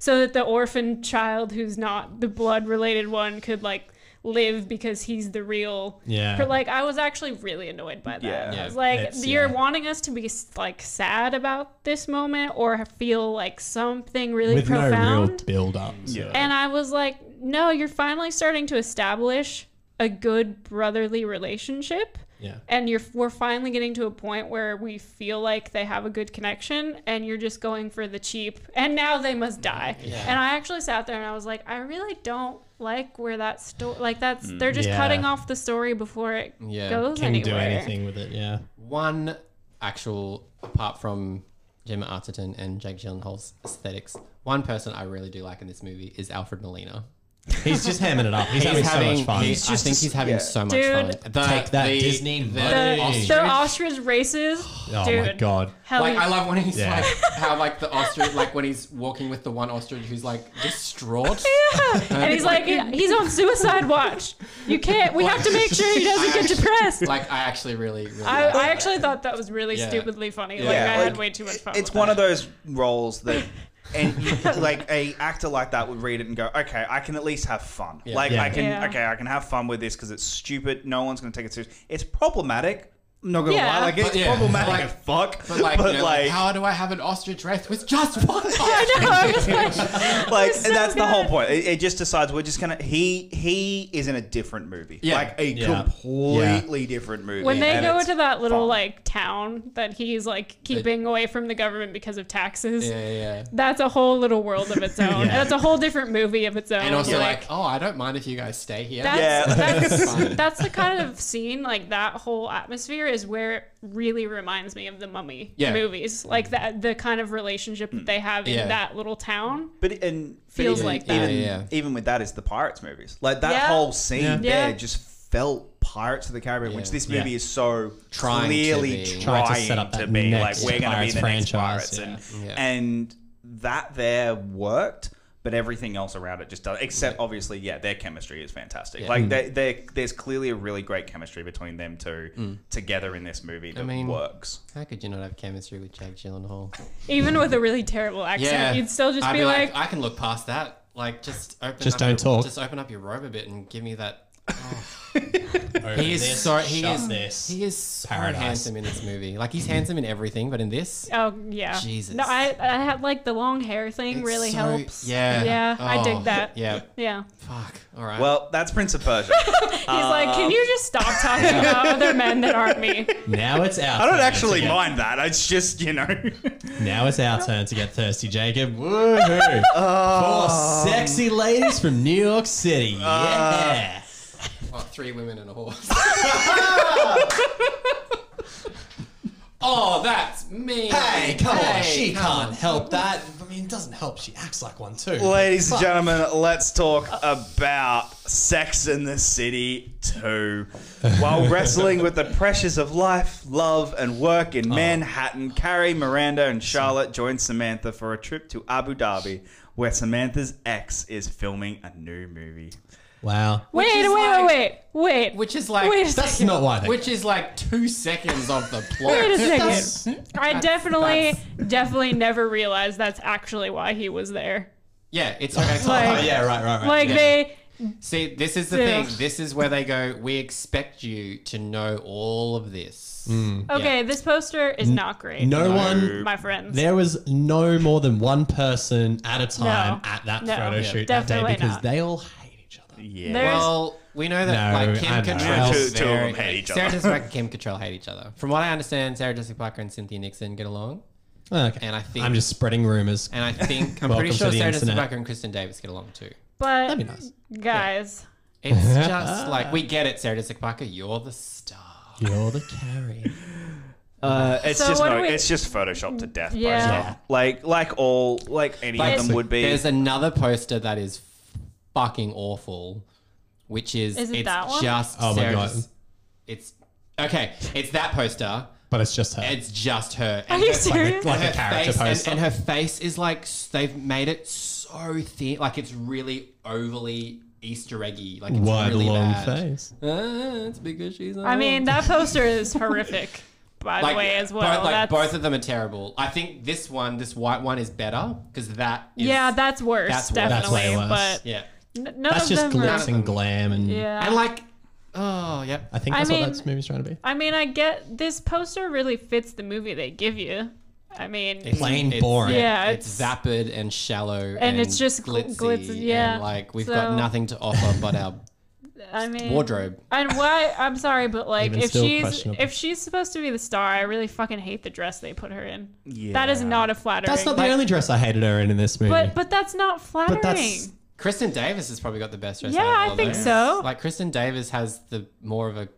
[SPEAKER 1] so that the orphan child who's not the blood related one could like live because he's the real
[SPEAKER 5] Yeah.
[SPEAKER 1] But, like I was actually really annoyed by that.
[SPEAKER 4] Yeah.
[SPEAKER 1] I
[SPEAKER 6] Yeah,
[SPEAKER 1] was like
[SPEAKER 5] it's-
[SPEAKER 1] you're
[SPEAKER 5] yeah.
[SPEAKER 1] wanting us to be like sad about this moment or feel like something really
[SPEAKER 5] with no
[SPEAKER 1] profound.
[SPEAKER 5] real build up.
[SPEAKER 4] Yeah.
[SPEAKER 1] And I was like, no, you're finally starting to establish a good brotherly relationship.
[SPEAKER 5] Yeah.
[SPEAKER 1] And you're we're finally getting to a point where we feel like they have a good connection and you're just going for the cheap and now they must die. And I actually sat there and I was like, I really don't like where that story like that's they're just
[SPEAKER 5] Mm, Yeah.
[SPEAKER 1] cutting off the story before it
[SPEAKER 6] Yeah.
[SPEAKER 1] goes
[SPEAKER 5] Can do
[SPEAKER 1] anywhere.
[SPEAKER 5] anything with it, yeah.
[SPEAKER 6] One actual, apart from Gemma Arterton and Jake Gyllenhaal's aesthetics, one person I really do like in this movie is Alfred Molina.
[SPEAKER 5] He's just hamming it up. He's, having, so much fun.
[SPEAKER 6] he's
[SPEAKER 5] He's
[SPEAKER 6] I think he's having
[SPEAKER 4] yeah.
[SPEAKER 6] so much
[SPEAKER 1] Dude.
[SPEAKER 6] fun. The,
[SPEAKER 5] Take that, Disney money.
[SPEAKER 1] The,
[SPEAKER 6] ostrich-
[SPEAKER 1] the ostrich races.
[SPEAKER 5] oh my
[SPEAKER 1] Dude.
[SPEAKER 5] god.
[SPEAKER 1] Hell
[SPEAKER 6] like
[SPEAKER 1] yeah.
[SPEAKER 6] I love when he's
[SPEAKER 5] Yeah.
[SPEAKER 6] like how like the ostrich like when he's walking with the one ostrich who's like distraught.
[SPEAKER 1] and he's like, he- he's on suicide watch. You can't. We have to make sure he doesn't get depressed.
[SPEAKER 6] Like I actually really really
[SPEAKER 1] I,
[SPEAKER 6] like
[SPEAKER 1] I
[SPEAKER 6] that.
[SPEAKER 1] actually thought that was really
[SPEAKER 6] Yeah.
[SPEAKER 1] stupidly funny.
[SPEAKER 6] Yeah.
[SPEAKER 1] Like I
[SPEAKER 4] Yeah,
[SPEAKER 1] had
[SPEAKER 4] like,
[SPEAKER 1] way too much fun.
[SPEAKER 4] it's
[SPEAKER 1] with
[SPEAKER 4] one
[SPEAKER 1] that.
[SPEAKER 4] of those roles that and you, like a actor like that would read it and go okay i can at least have fun like
[SPEAKER 5] Yeah.
[SPEAKER 4] i can
[SPEAKER 1] Yeah.
[SPEAKER 4] okay i can have fun with this because it's stupid no one's going to take it serious it's problematic i'm not gonna
[SPEAKER 1] Yeah.
[SPEAKER 4] lie like
[SPEAKER 1] But
[SPEAKER 4] it's
[SPEAKER 6] yeah,
[SPEAKER 4] problematic
[SPEAKER 6] like-
[SPEAKER 4] as fuck
[SPEAKER 6] But like, you know, like, how do I have an ostrich wraith with just one eye?
[SPEAKER 1] I know. I was like,
[SPEAKER 4] like
[SPEAKER 1] It's so
[SPEAKER 4] that's the whole
[SPEAKER 1] good.
[SPEAKER 4] point. It, it just decides we're just gonna. He he is in a different movie,
[SPEAKER 6] Yeah.
[SPEAKER 4] like a
[SPEAKER 5] Yeah.
[SPEAKER 4] completely different movie.
[SPEAKER 1] when they
[SPEAKER 4] and
[SPEAKER 1] go
[SPEAKER 4] it's
[SPEAKER 1] into that little
[SPEAKER 4] fun.
[SPEAKER 1] like town that he's like keeping away from the government because of taxes.
[SPEAKER 6] Yeah, yeah, yeah.
[SPEAKER 1] That's a whole little world of its own. That's a whole different movie of its own.
[SPEAKER 6] And also like, oh, I don't mind if you guys stay here.
[SPEAKER 1] That's,
[SPEAKER 4] Yeah.
[SPEAKER 1] that's, that's the kind of scene, like that whole atmosphere is where it really reminds me of the Mummy
[SPEAKER 6] Yeah.
[SPEAKER 1] movies. Like that, the kind of relationship that they have in
[SPEAKER 6] Yeah.
[SPEAKER 1] that little town.
[SPEAKER 4] But it- and but
[SPEAKER 1] Feels
[SPEAKER 4] even,
[SPEAKER 1] like that.
[SPEAKER 4] Even,
[SPEAKER 6] Yeah, yeah.
[SPEAKER 4] even with that, it's the Pirates movies. Like that
[SPEAKER 1] Yeah.
[SPEAKER 4] whole scene
[SPEAKER 5] Yeah.
[SPEAKER 4] there
[SPEAKER 1] Yeah.
[SPEAKER 4] just felt Pirates of the Caribbean,
[SPEAKER 6] Yeah.
[SPEAKER 4] which this
[SPEAKER 5] Yeah.
[SPEAKER 4] movie is so
[SPEAKER 6] Trying to
[SPEAKER 4] clearly
[SPEAKER 6] be.
[SPEAKER 4] trying,
[SPEAKER 5] Trying to set up
[SPEAKER 4] to
[SPEAKER 5] that
[SPEAKER 4] be. Like
[SPEAKER 5] next
[SPEAKER 4] we're going to be
[SPEAKER 5] Pirates
[SPEAKER 4] the next
[SPEAKER 5] franchise,
[SPEAKER 4] Pirates, and
[SPEAKER 6] yeah. Yeah.
[SPEAKER 4] and that there worked. but everything else around it just does. Except obviously, yeah, their chemistry is fantastic. Like they, they, there's clearly a really great chemistry between them two together in this movie that
[SPEAKER 6] mean-
[SPEAKER 4] works.
[SPEAKER 6] How could you not have chemistry with Jake Gyllenhaal?
[SPEAKER 1] Even with a really terrible accent, you'd still just
[SPEAKER 6] I'd
[SPEAKER 1] be, like,
[SPEAKER 6] I can look past that. Like, just open.
[SPEAKER 5] Just
[SPEAKER 6] up
[SPEAKER 5] don't
[SPEAKER 6] your,
[SPEAKER 5] talk.
[SPEAKER 6] Just open up your robe a bit and give me that.
[SPEAKER 5] Over
[SPEAKER 6] He is
[SPEAKER 5] this,
[SPEAKER 6] so he
[SPEAKER 5] shut
[SPEAKER 6] is
[SPEAKER 5] this.
[SPEAKER 6] he is so
[SPEAKER 5] Paradise. Mm-hmm.
[SPEAKER 6] handsome in this movie. Like he's handsome in everything, but in this,
[SPEAKER 1] Oh yeah.
[SPEAKER 6] Jesus.
[SPEAKER 1] No, I I had like the long hair thing
[SPEAKER 6] it's
[SPEAKER 1] really
[SPEAKER 6] so-
[SPEAKER 1] helps.
[SPEAKER 6] Yeah,
[SPEAKER 1] Yeah, I
[SPEAKER 6] Oh,
[SPEAKER 1] dig that.
[SPEAKER 6] Yeah,
[SPEAKER 1] Yeah.
[SPEAKER 6] fuck. All right.
[SPEAKER 4] Well, that's Prince of Persia.
[SPEAKER 1] He's like, can you just stop talking about other men that aren't me?
[SPEAKER 5] Now it's out.
[SPEAKER 4] I don't actually mind that. It's just you know.
[SPEAKER 5] Now it's our turn to get thirsty, Jacob. Woohoo!
[SPEAKER 6] Oh.
[SPEAKER 5] Four sexy ladies from New York
[SPEAKER 6] Uh,
[SPEAKER 5] City. yeah.
[SPEAKER 6] Oh, three women and a horse. oh, that's me.
[SPEAKER 5] Hey, come on.
[SPEAKER 6] Hey,
[SPEAKER 5] She
[SPEAKER 6] come
[SPEAKER 5] can't
[SPEAKER 6] on.
[SPEAKER 5] help that. I mean, it doesn't help. She acts like one too.
[SPEAKER 4] Ladies and gentlemen, let's talk about Sex in the City 2. While wrestling with the pressures of life, love, and work in Manhattan, Carrie, Miranda, and Charlotte join Samantha for a trip to Abu Dhabi, where Samantha's ex is filming a new movie.
[SPEAKER 5] Wow.
[SPEAKER 1] Wait, wait,
[SPEAKER 6] is
[SPEAKER 1] wait,
[SPEAKER 6] like-
[SPEAKER 1] wait, wait.
[SPEAKER 6] Which is like,
[SPEAKER 1] Wait a
[SPEAKER 5] That's not why they.
[SPEAKER 6] which is like two seconds of the plot.
[SPEAKER 1] Wait a
[SPEAKER 5] That's-
[SPEAKER 1] second. I definitely, definitely never realized that's actually why he was there.
[SPEAKER 6] Yeah, it's okay.
[SPEAKER 5] oh, yeah, right, right, right.
[SPEAKER 1] Like
[SPEAKER 5] yeah.
[SPEAKER 1] they,
[SPEAKER 6] See, this is the
[SPEAKER 1] Yeah.
[SPEAKER 6] thing. This is where they go. We expect you to know all of this.
[SPEAKER 5] Mm.
[SPEAKER 1] okay, this poster is not great.
[SPEAKER 5] no one.
[SPEAKER 1] my friends.
[SPEAKER 5] There was no more than one person at a time at that
[SPEAKER 1] No,
[SPEAKER 5] photo
[SPEAKER 1] yeah,
[SPEAKER 5] shoot that day
[SPEAKER 1] definitely
[SPEAKER 5] because
[SPEAKER 1] not.
[SPEAKER 5] they all hate each other.
[SPEAKER 4] Yeah.
[SPEAKER 1] There's-
[SPEAKER 6] Well, we know that
[SPEAKER 5] No,
[SPEAKER 6] like Kim
[SPEAKER 5] I know.
[SPEAKER 6] Cattrall,
[SPEAKER 5] Yeah,
[SPEAKER 4] two- two of
[SPEAKER 6] Sarah-
[SPEAKER 4] them hate each
[SPEAKER 6] Sarah
[SPEAKER 4] other.
[SPEAKER 6] Jessica Parker and Kim Cattrall hate each other. From what I understand, Sarah Jessica Parker and Cynthia Nixon get along,
[SPEAKER 5] Okay.
[SPEAKER 6] And I think-
[SPEAKER 5] I'm just spreading rumors.
[SPEAKER 6] and I think I'm
[SPEAKER 5] Welcome
[SPEAKER 6] pretty
[SPEAKER 5] to
[SPEAKER 6] sure
[SPEAKER 5] the
[SPEAKER 6] Sarah Jessica
[SPEAKER 5] internet.
[SPEAKER 6] Parker and Kristen Davis get along too.
[SPEAKER 1] but
[SPEAKER 5] That'd be nice.
[SPEAKER 1] guys,
[SPEAKER 6] It's just like we get it, Sarah Jessica Parker. You're the star.
[SPEAKER 5] You're the carry.
[SPEAKER 4] Uh, it's
[SPEAKER 1] So
[SPEAKER 4] just
[SPEAKER 1] what
[SPEAKER 4] no,
[SPEAKER 1] do we-
[SPEAKER 4] it's just photoshopped to death.
[SPEAKER 1] Yeah.
[SPEAKER 4] Yeah. Like like all like any
[SPEAKER 6] Like,
[SPEAKER 4] of them would be.
[SPEAKER 6] There's another poster that is fucking awful, which is
[SPEAKER 1] Is it
[SPEAKER 6] it's
[SPEAKER 1] that one?
[SPEAKER 6] just
[SPEAKER 5] Oh my
[SPEAKER 6] Sarah
[SPEAKER 5] God.
[SPEAKER 6] Jess- It's okay. It's that poster.
[SPEAKER 5] But it's just her.
[SPEAKER 6] It's just her. And
[SPEAKER 1] Are you
[SPEAKER 6] her-
[SPEAKER 1] serious?
[SPEAKER 5] like a
[SPEAKER 6] her
[SPEAKER 5] character
[SPEAKER 6] face,
[SPEAKER 5] poster.
[SPEAKER 6] And, and her face is like s- they've made it so thin, like it's really overly Easter eggy. Like it's
[SPEAKER 5] Wide,
[SPEAKER 6] really
[SPEAKER 5] long
[SPEAKER 6] bad.
[SPEAKER 5] face.
[SPEAKER 6] Ah, it's because she's.
[SPEAKER 1] I mean that poster is horrific. By the way, as well.
[SPEAKER 6] Both, like
[SPEAKER 1] that's,
[SPEAKER 6] both of them are terrible. I think this one, this white one, is better because that. Is,
[SPEAKER 1] yeah, that's worse.
[SPEAKER 6] That's worse.
[SPEAKER 1] definitely,
[SPEAKER 5] That's way worse.
[SPEAKER 1] but
[SPEAKER 6] yeah.
[SPEAKER 1] N- none
[SPEAKER 5] That's
[SPEAKER 1] of
[SPEAKER 5] just
[SPEAKER 1] them
[SPEAKER 5] glitz
[SPEAKER 1] are,
[SPEAKER 5] and glam, and
[SPEAKER 1] yeah.
[SPEAKER 6] And like, oh yep.
[SPEAKER 5] I think
[SPEAKER 1] I
[SPEAKER 5] that's
[SPEAKER 1] mean-
[SPEAKER 5] what that movie's trying to be.
[SPEAKER 1] I mean, I get this poster really fits the movie they give you. I mean,
[SPEAKER 5] Plain
[SPEAKER 6] it's-
[SPEAKER 5] boring.
[SPEAKER 1] Yeah,
[SPEAKER 6] it's,
[SPEAKER 1] it's-
[SPEAKER 6] vapid and shallow, and,
[SPEAKER 1] it's just gl-
[SPEAKER 6] glitzy.
[SPEAKER 1] glitz- yeah,
[SPEAKER 6] and like we've
[SPEAKER 1] so-
[SPEAKER 6] got nothing to offer but our
[SPEAKER 1] I mean,
[SPEAKER 6] wardrobe.
[SPEAKER 1] And why? I'm sorry, but like,
[SPEAKER 5] Even
[SPEAKER 1] if
[SPEAKER 5] still
[SPEAKER 1] she's
[SPEAKER 5] questionable.
[SPEAKER 1] if she's supposed to be the star, I really fucking hate the dress they put her in. That is
[SPEAKER 4] Yeah.
[SPEAKER 1] not a flattering.
[SPEAKER 5] That's not the only dress I hated her in in this movie.
[SPEAKER 1] But but that's not flattering.
[SPEAKER 5] But that's
[SPEAKER 6] Kristen Davis has probably got the best dress.
[SPEAKER 1] Yeah,
[SPEAKER 6] out of all
[SPEAKER 1] I think
[SPEAKER 6] those.
[SPEAKER 1] so.
[SPEAKER 6] Like Kristen Davis has the more of a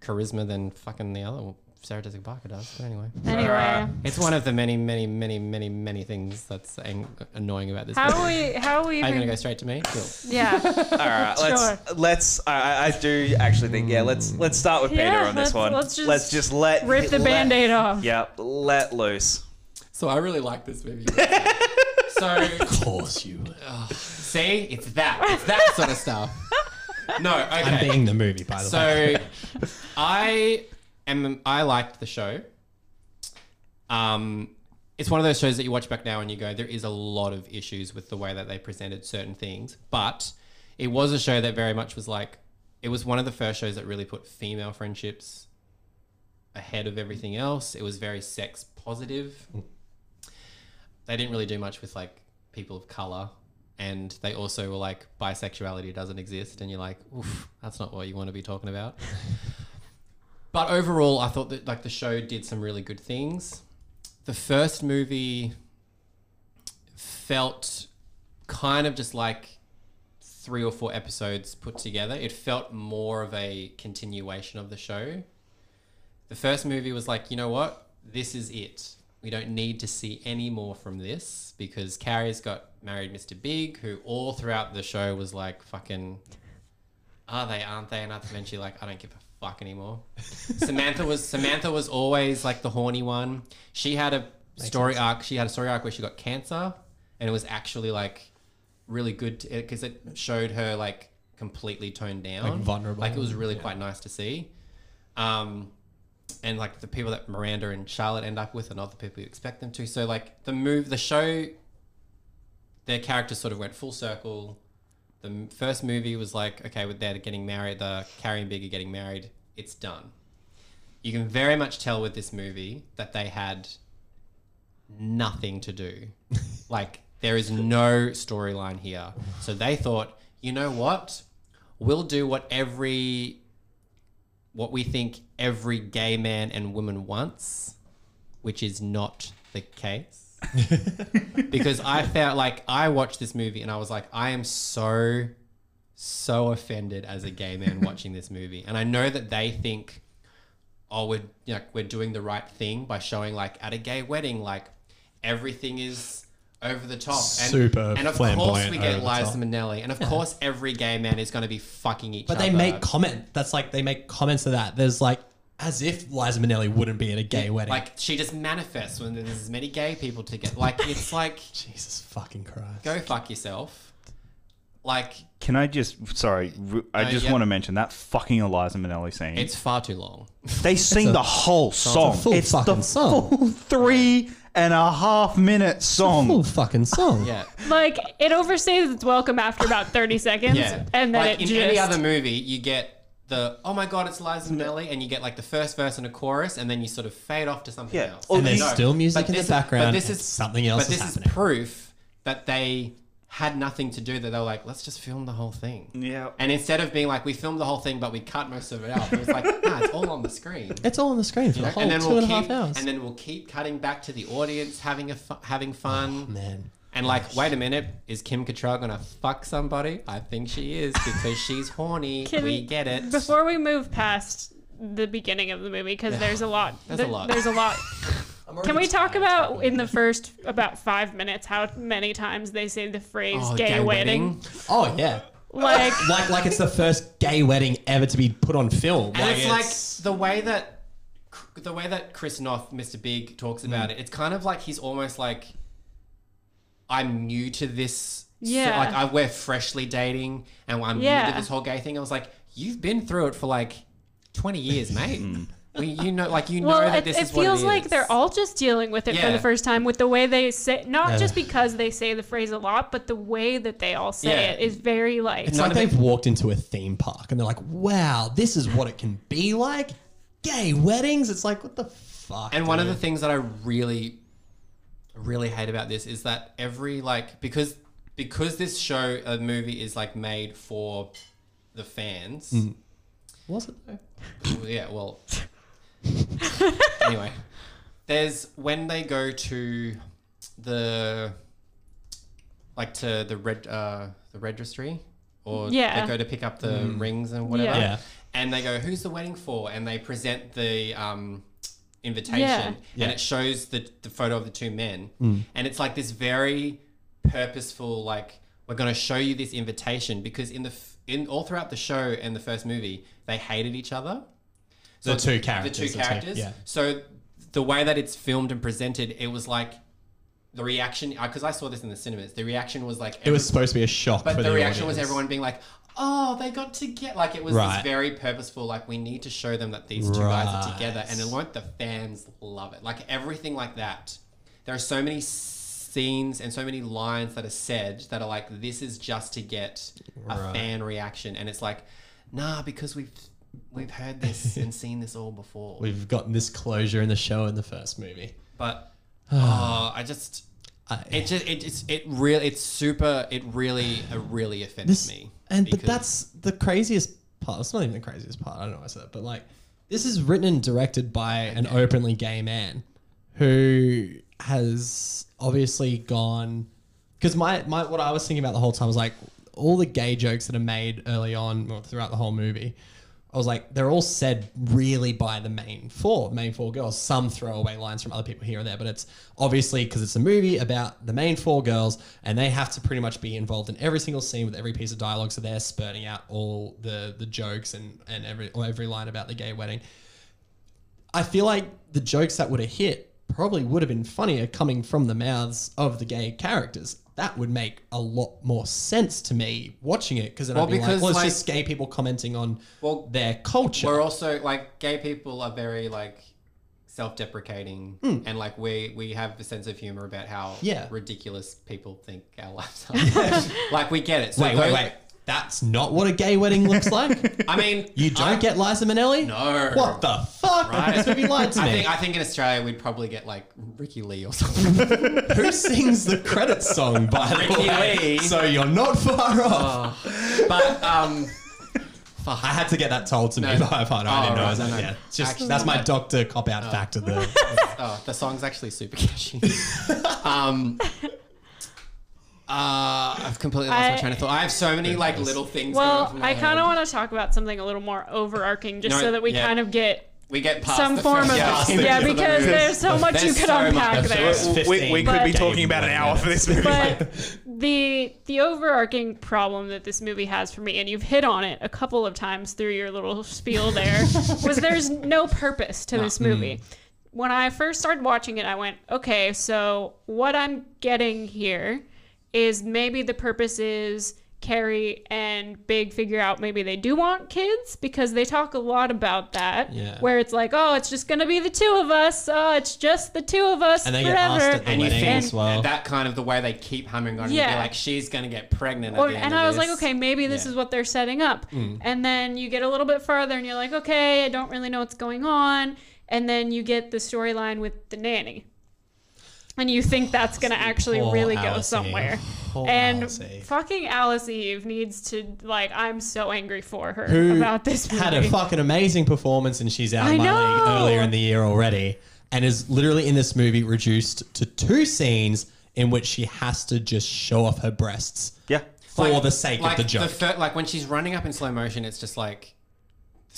[SPEAKER 6] charisma than fucking the other one, Sarah Jessica Parker does. But anyway,
[SPEAKER 1] anyway,
[SPEAKER 6] it's one of the many, many, many, many, many things that's ang- annoying about this.
[SPEAKER 1] how
[SPEAKER 6] movie.
[SPEAKER 1] are we how are we
[SPEAKER 6] Are you
[SPEAKER 1] even?
[SPEAKER 6] gonna go straight to me? Cool.
[SPEAKER 1] yeah,
[SPEAKER 4] All right,
[SPEAKER 1] Sure.
[SPEAKER 4] let's let's. I, I- I do actually think yeah. Let's let's start with Peter
[SPEAKER 1] Yeah,
[SPEAKER 4] on this
[SPEAKER 1] let's-
[SPEAKER 4] one.
[SPEAKER 1] let's just
[SPEAKER 4] let
[SPEAKER 1] rip the
[SPEAKER 4] let-
[SPEAKER 1] band-aid off.
[SPEAKER 4] Yeah, let loose.
[SPEAKER 6] So I really like this movie. so
[SPEAKER 5] of course you.
[SPEAKER 6] see, it's that, it's that sort of stuff. No, okay.
[SPEAKER 5] I'm being the movie, by the way.
[SPEAKER 6] So I am I liked the show. Um it's one of those shows that you watch back now and you go, there is a lot of issues with the way that they presented certain things. But it was a show that very much was like it was one of the first shows that really put female friendships ahead of everything else. It was very sex positive. They didn't really do much with like people of color. And they also were like, bisexuality doesn't exist. And you're like, oof, that's not what you want to be talking about. but overall, I thought that like the show did some really good things. The first movie felt kind of just like three or four episodes put together. It felt more of a continuation of the show the first movie was like, you know what? This is it. We don't need to see any more from this because Carrie's got married Mr. Big, who all throughout the show was like, fucking, are they, aren't they? And that's when she like, I don't give a fuck anymore. Samantha was Samantha was always like the horny one. She had a story arc. She had a story arc where she got cancer, and it was actually like really good because it showed her like completely toned down,
[SPEAKER 5] Like, vulnerable.
[SPEAKER 6] Like it was really quite nice to see. Um, and like the people that Miranda and Charlotte end up with, and other people you expect them to. So like the move, the show, their characters sort of went full circle. The m- first movie was like, okay, with they're getting married, the Carrie and Big are getting married. It's done. You can very much tell with this movie that they had nothing to do. like there is no storyline here. So they thought, you know what? We'll do what every what we think every gay man and woman wants, which is not the case. because I felt like I watched this movie and I was like, I am so, so offended as a gay man watching this movie. And I know that they think, oh, we're you know, we're doing the right thing by showing like at a gay wedding, like everything is over the top. And,
[SPEAKER 5] Super
[SPEAKER 6] And of course
[SPEAKER 5] flamboyant,
[SPEAKER 6] we
[SPEAKER 5] over
[SPEAKER 6] get
[SPEAKER 5] the
[SPEAKER 6] Liza
[SPEAKER 5] top.
[SPEAKER 6] Minnelli. And of course every gay man is gonna be fucking each
[SPEAKER 5] But
[SPEAKER 6] other.
[SPEAKER 5] they make comment. That's like they make comments to that. There's like as if Liza Minnelli wouldn't be at a gay wedding.
[SPEAKER 6] Like she just manifests when there's as many gay people to get. Like it's like
[SPEAKER 5] Jesus fucking Christ.
[SPEAKER 6] go fuck yourself. Like
[SPEAKER 4] Can I just? Sorry, r- I
[SPEAKER 6] Uh,
[SPEAKER 4] just
[SPEAKER 6] yeah.
[SPEAKER 4] want to mention that fucking Eliza Minnelli scene.
[SPEAKER 6] it's far too long.
[SPEAKER 4] they sing
[SPEAKER 5] a-
[SPEAKER 4] the whole song.
[SPEAKER 5] full fucking
[SPEAKER 4] the
[SPEAKER 5] song.
[SPEAKER 4] full three and a half minute
[SPEAKER 5] Full
[SPEAKER 4] song.
[SPEAKER 5] fucking song.
[SPEAKER 6] Yeah.
[SPEAKER 1] Like it overstays its welcome after about thirty seconds,
[SPEAKER 6] Yeah.
[SPEAKER 1] and then
[SPEAKER 6] like
[SPEAKER 1] it
[SPEAKER 6] in
[SPEAKER 1] just
[SPEAKER 6] any other movie, you get the oh my god, it's Liza Minnelli, and you get like the first verse and a chorus, and then you sort of fade off to something
[SPEAKER 4] Yeah.
[SPEAKER 6] else.
[SPEAKER 4] Or
[SPEAKER 5] And there's
[SPEAKER 4] No,
[SPEAKER 5] still music
[SPEAKER 6] But
[SPEAKER 5] in the
[SPEAKER 6] this is-
[SPEAKER 5] background.
[SPEAKER 6] But this
[SPEAKER 5] and
[SPEAKER 6] is
[SPEAKER 5] something else
[SPEAKER 6] But this
[SPEAKER 5] is
[SPEAKER 6] is,
[SPEAKER 5] happening.
[SPEAKER 6] proof that they had nothing to do. That they were like, let's just film the whole thing.
[SPEAKER 4] Yeah.
[SPEAKER 6] And instead of being like, we filmed the whole thing, but we cut most of it out, it was like, nah, it's all on the screen.
[SPEAKER 5] it's all on the screen for the whole two and a half
[SPEAKER 6] keep,
[SPEAKER 5] hours. Oh,
[SPEAKER 6] And then we'll keep cutting back to the audience having a fu- having fun.
[SPEAKER 5] Man.
[SPEAKER 6] And like, wait a minute, is Kim Cattrall gonna fuck somebody? I think she is because she's horny.
[SPEAKER 1] Can
[SPEAKER 6] we get it.
[SPEAKER 1] Before we move past the beginning of the movie, because there's a lot.
[SPEAKER 6] There's
[SPEAKER 1] there-
[SPEAKER 6] a lot.
[SPEAKER 1] There's a lot. Can we talk about in the first about five minutes how many times they say the phrase
[SPEAKER 6] Oh,
[SPEAKER 1] gay, wedding?
[SPEAKER 5] Oh yeah.
[SPEAKER 1] Like
[SPEAKER 5] Like like it's the first gay wedding ever to be put on film.
[SPEAKER 6] And
[SPEAKER 5] like
[SPEAKER 6] it's, like the way that the way that Chris Noth, Mr. Big, talks about it. It's kind of like he's almost like I'm new to this. so-
[SPEAKER 1] Yeah.
[SPEAKER 6] like I we're freshly dating, and I'm new
[SPEAKER 1] Yeah.
[SPEAKER 6] to this whole gay thing. I was like, you've been through it for like 20 years, mate. we, you know, like you know
[SPEAKER 1] well,
[SPEAKER 6] that
[SPEAKER 1] it,
[SPEAKER 6] this
[SPEAKER 1] it
[SPEAKER 6] is what
[SPEAKER 1] feels
[SPEAKER 6] it
[SPEAKER 1] like
[SPEAKER 6] is.
[SPEAKER 1] they're all just dealing with it for
[SPEAKER 6] Yeah.
[SPEAKER 1] the first time with the way they say not
[SPEAKER 5] Yeah.
[SPEAKER 1] just because they say the phrase a lot, but the way that they all say
[SPEAKER 6] Yeah.
[SPEAKER 1] it is very like
[SPEAKER 5] It's
[SPEAKER 6] None
[SPEAKER 5] like
[SPEAKER 6] of it-
[SPEAKER 5] they've walked into a theme park and they're like, "Wow, this is what it can be like." Gay weddings. It's like what the fuck.
[SPEAKER 6] And one of
[SPEAKER 5] dude?
[SPEAKER 6] the things that I really, really hate about this is that every like because because this show a movie is like made for the fans.
[SPEAKER 5] was it though?
[SPEAKER 6] Yeah. Well. anyway, there's when they go to the like to the red uh, the registry or
[SPEAKER 1] Yeah.
[SPEAKER 6] they go to pick up the rings and whatever.
[SPEAKER 1] Yeah.
[SPEAKER 5] Yeah.
[SPEAKER 6] And they go, "Who's the wedding for?" And they present the um, invitation,
[SPEAKER 1] Yeah.
[SPEAKER 6] and
[SPEAKER 5] Yeah.
[SPEAKER 6] it shows the the photo of the two men, and it's like this very purposeful, like we're going to show you this invitation because in the f- in all throughout the show and the first movie, they hated each other.
[SPEAKER 5] The
[SPEAKER 6] So it's-
[SPEAKER 5] two characters,
[SPEAKER 6] The
[SPEAKER 5] the
[SPEAKER 6] two
[SPEAKER 5] two-
[SPEAKER 6] characters.
[SPEAKER 5] yeah.
[SPEAKER 6] So the way that it's filmed and presented, it was like the reaction because I saw this in the cinemas. The reaction was like
[SPEAKER 5] It was supposed to be a shock.
[SPEAKER 6] but
[SPEAKER 5] for
[SPEAKER 6] the, reaction was
[SPEAKER 5] audience.
[SPEAKER 6] everyone being like, "Oh, they got together." Like it was
[SPEAKER 5] Right.
[SPEAKER 6] this very purposeful. Like we need to show them that these two guys are
[SPEAKER 5] Right.
[SPEAKER 6] together, and it won't the fans love it? Like everything like that. There are so many scenes and so many lines that are said that are like, "This is just to get a
[SPEAKER 5] Right.
[SPEAKER 6] fan reaction," and it's like, "Nah," because we've we've heard this and seen this all before.
[SPEAKER 5] We've gotten this closure in the show in the first movie.
[SPEAKER 6] but oh, I just.
[SPEAKER 5] Ah. I-
[SPEAKER 6] It just it it's, it really it's super it really it really offends
[SPEAKER 5] This-
[SPEAKER 6] me
[SPEAKER 5] And
[SPEAKER 6] because-
[SPEAKER 5] but that's the craziest part. It's not even the craziest part. I don't know why I said that, but like this is written and directed by an openly gay man who has obviously gone because my, my what I was thinking about the whole time was like all the gay jokes that are made early on or throughout the whole movie. I was like, they're all said really by the main four, main four girls. Some throwaway lines from other people here and there, but it's obviously because it's a movie about the main four girls, and they have to pretty much be involved in every single scene with every piece of dialogue. So they're spurting out all the the jokes and and every or every line about the gay wedding. I feel like the jokes that would have hit probably would have been funnier coming from the mouths of the gay characters. that would make a lot more sense to me watching it because then
[SPEAKER 6] Well,
[SPEAKER 5] I'd be like,
[SPEAKER 6] because,
[SPEAKER 5] well, it's
[SPEAKER 6] like-
[SPEAKER 5] just gay people commenting on
[SPEAKER 6] Well,
[SPEAKER 5] their culture.
[SPEAKER 6] We're also like gay people are very like self-deprecating and like we we have a sense of humor about how
[SPEAKER 5] Hmm. Yeah.
[SPEAKER 6] ridiculous people think our lives are. like we get it. So
[SPEAKER 5] wait, wait,
[SPEAKER 6] those-
[SPEAKER 5] wait. That's not what a gay wedding looks like.
[SPEAKER 6] I mean,
[SPEAKER 5] you don't
[SPEAKER 6] I-
[SPEAKER 5] get Liza Minnelli?
[SPEAKER 6] No.
[SPEAKER 5] What the fuck?
[SPEAKER 6] Right.
[SPEAKER 5] This movie lied to
[SPEAKER 6] I
[SPEAKER 5] me.
[SPEAKER 6] think I think in Australia we'd probably get like Ricky Lee or something.
[SPEAKER 5] Who sings the credit song, by the
[SPEAKER 6] Ricky
[SPEAKER 5] way?
[SPEAKER 6] Lee.
[SPEAKER 5] So you're not far off.
[SPEAKER 6] but um
[SPEAKER 5] I had to get that told to me
[SPEAKER 6] No.
[SPEAKER 5] by a partner. I
[SPEAKER 6] Oh,
[SPEAKER 5] didn't know.
[SPEAKER 6] right,
[SPEAKER 5] I was
[SPEAKER 6] no,
[SPEAKER 5] like,
[SPEAKER 6] no.
[SPEAKER 5] yeah, it's just
[SPEAKER 6] Actually,
[SPEAKER 5] that's my
[SPEAKER 6] no.
[SPEAKER 5] doctor cop out factor. The
[SPEAKER 6] oh, the song's actually super catchy. um uh, I've completely lost my
[SPEAKER 1] I-
[SPEAKER 6] train of thought. I have so many like little things.
[SPEAKER 1] Well,
[SPEAKER 6] going on in my
[SPEAKER 1] I kind
[SPEAKER 6] head.
[SPEAKER 1] of want to talk about something a little more overarching, just
[SPEAKER 6] No,
[SPEAKER 1] so that we
[SPEAKER 6] yeah.
[SPEAKER 1] kind of get
[SPEAKER 6] we get past
[SPEAKER 1] some
[SPEAKER 6] the
[SPEAKER 1] form of
[SPEAKER 6] first-
[SPEAKER 1] yeah,
[SPEAKER 5] the- yeah,
[SPEAKER 1] because there's so much you
[SPEAKER 6] There's
[SPEAKER 1] could
[SPEAKER 6] so
[SPEAKER 1] unpack
[SPEAKER 6] much.
[SPEAKER 1] there.
[SPEAKER 5] It's
[SPEAKER 4] we,
[SPEAKER 5] 15
[SPEAKER 4] we could be
[SPEAKER 1] But-
[SPEAKER 4] talking about an hour for this movie.
[SPEAKER 1] But the the overarching problem that this movie has for me, and you've hit on it a couple of times through your little spiel there, was there's no purpose
[SPEAKER 5] Ah,
[SPEAKER 1] to this movie.
[SPEAKER 5] mm.
[SPEAKER 1] When I first started watching it, I went, okay, so what I'm getting here is maybe the purpose is Carrie and Big figure out maybe they do want kids because they talk a lot about that.
[SPEAKER 5] Yeah.
[SPEAKER 1] Where it's like, oh, it's just gonna be the two of us. Oh, it's just the two of us
[SPEAKER 5] and they
[SPEAKER 1] forever.
[SPEAKER 5] get asked at the
[SPEAKER 6] And you
[SPEAKER 5] wedding
[SPEAKER 6] think
[SPEAKER 5] as well.
[SPEAKER 6] that kind of the way they keep humming on, yeah.
[SPEAKER 1] Yeah.
[SPEAKER 6] like she's gonna get pregnant. at
[SPEAKER 1] Or,
[SPEAKER 6] the end
[SPEAKER 1] and
[SPEAKER 6] of
[SPEAKER 1] I was
[SPEAKER 6] this.
[SPEAKER 1] like, okay, maybe this
[SPEAKER 6] Yeah.
[SPEAKER 1] is what they're setting up.
[SPEAKER 5] Mm.
[SPEAKER 1] And then you get a little bit further and you're like, okay, I don't really know what's going on. And then you get the storyline with the nanny. And you think that's going to actually
[SPEAKER 5] Poor
[SPEAKER 1] really go
[SPEAKER 5] Alice
[SPEAKER 1] somewhere.
[SPEAKER 5] Eve. Poor
[SPEAKER 1] and
[SPEAKER 5] Alice Eve.
[SPEAKER 1] fucking Alice Eve needs to, like, I'm so angry for her
[SPEAKER 5] Who
[SPEAKER 1] about this movie.
[SPEAKER 5] had a fucking amazing performance, and she's out
[SPEAKER 1] I
[SPEAKER 5] of my
[SPEAKER 1] know.
[SPEAKER 5] league earlier in the year already, and is literally in this movie reduced to two scenes in which she has to just show off her breasts
[SPEAKER 4] yeah.
[SPEAKER 5] for the sake
[SPEAKER 6] like
[SPEAKER 5] of the joke.
[SPEAKER 6] fir- like when she's running up in slow motion, it's just like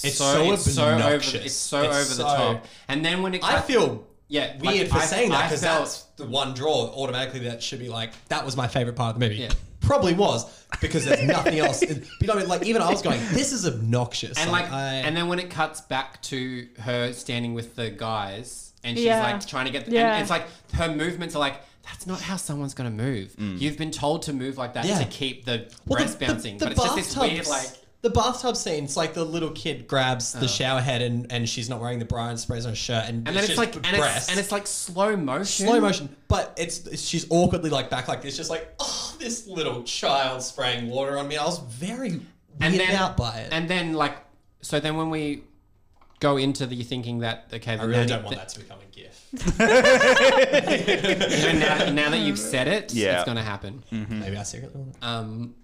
[SPEAKER 5] It's so
[SPEAKER 6] over,
[SPEAKER 5] obnoxious.
[SPEAKER 6] it's so
[SPEAKER 5] It's
[SPEAKER 6] over the
[SPEAKER 5] so-
[SPEAKER 6] top. And then when it,
[SPEAKER 5] I feel
[SPEAKER 6] yeah,
[SPEAKER 5] weird
[SPEAKER 6] like,
[SPEAKER 5] for
[SPEAKER 6] I-
[SPEAKER 5] saying that
[SPEAKER 6] I
[SPEAKER 5] because
[SPEAKER 6] felt-
[SPEAKER 5] that's the one draw automatically that should be like that was my favorite part of the movie.
[SPEAKER 6] Yeah.
[SPEAKER 5] Probably was because there's nothing else. But you know, what I mean? like even I was going, this is obnoxious.
[SPEAKER 6] and like,
[SPEAKER 5] I,
[SPEAKER 6] and then when it cuts back to her standing with the guys, and she's
[SPEAKER 1] Yeah.
[SPEAKER 6] like trying to get, the,
[SPEAKER 1] Yeah.
[SPEAKER 6] and it's like her movements are like. That's not how someone's gonna move. You've been told to move like that
[SPEAKER 5] Mm. Yeah.
[SPEAKER 6] to keep the
[SPEAKER 5] Well,
[SPEAKER 6] breast bouncing, but it's just this weird like. Oh.
[SPEAKER 5] the bathtub scene. It's like the little kid grabs the shower head and and she's not wearing the bra and sprays on her shirt and,
[SPEAKER 6] And then it's,
[SPEAKER 5] just
[SPEAKER 6] like, and it's,
[SPEAKER 5] breasts.
[SPEAKER 6] and it's like slow motion.
[SPEAKER 5] slow motion, but it's, it's- she's awkwardly like back like this, just like oh, this little child spraying water on me. I was very weirded
[SPEAKER 6] and then
[SPEAKER 5] out by it.
[SPEAKER 6] And then like, so then when we go into the thinking that okay,
[SPEAKER 5] I really don't want that to become a gif.
[SPEAKER 6] now, now that you've said it,
[SPEAKER 4] Yeah.
[SPEAKER 6] it's gonna happen.
[SPEAKER 5] Maybe I secretly want that.
[SPEAKER 6] Um,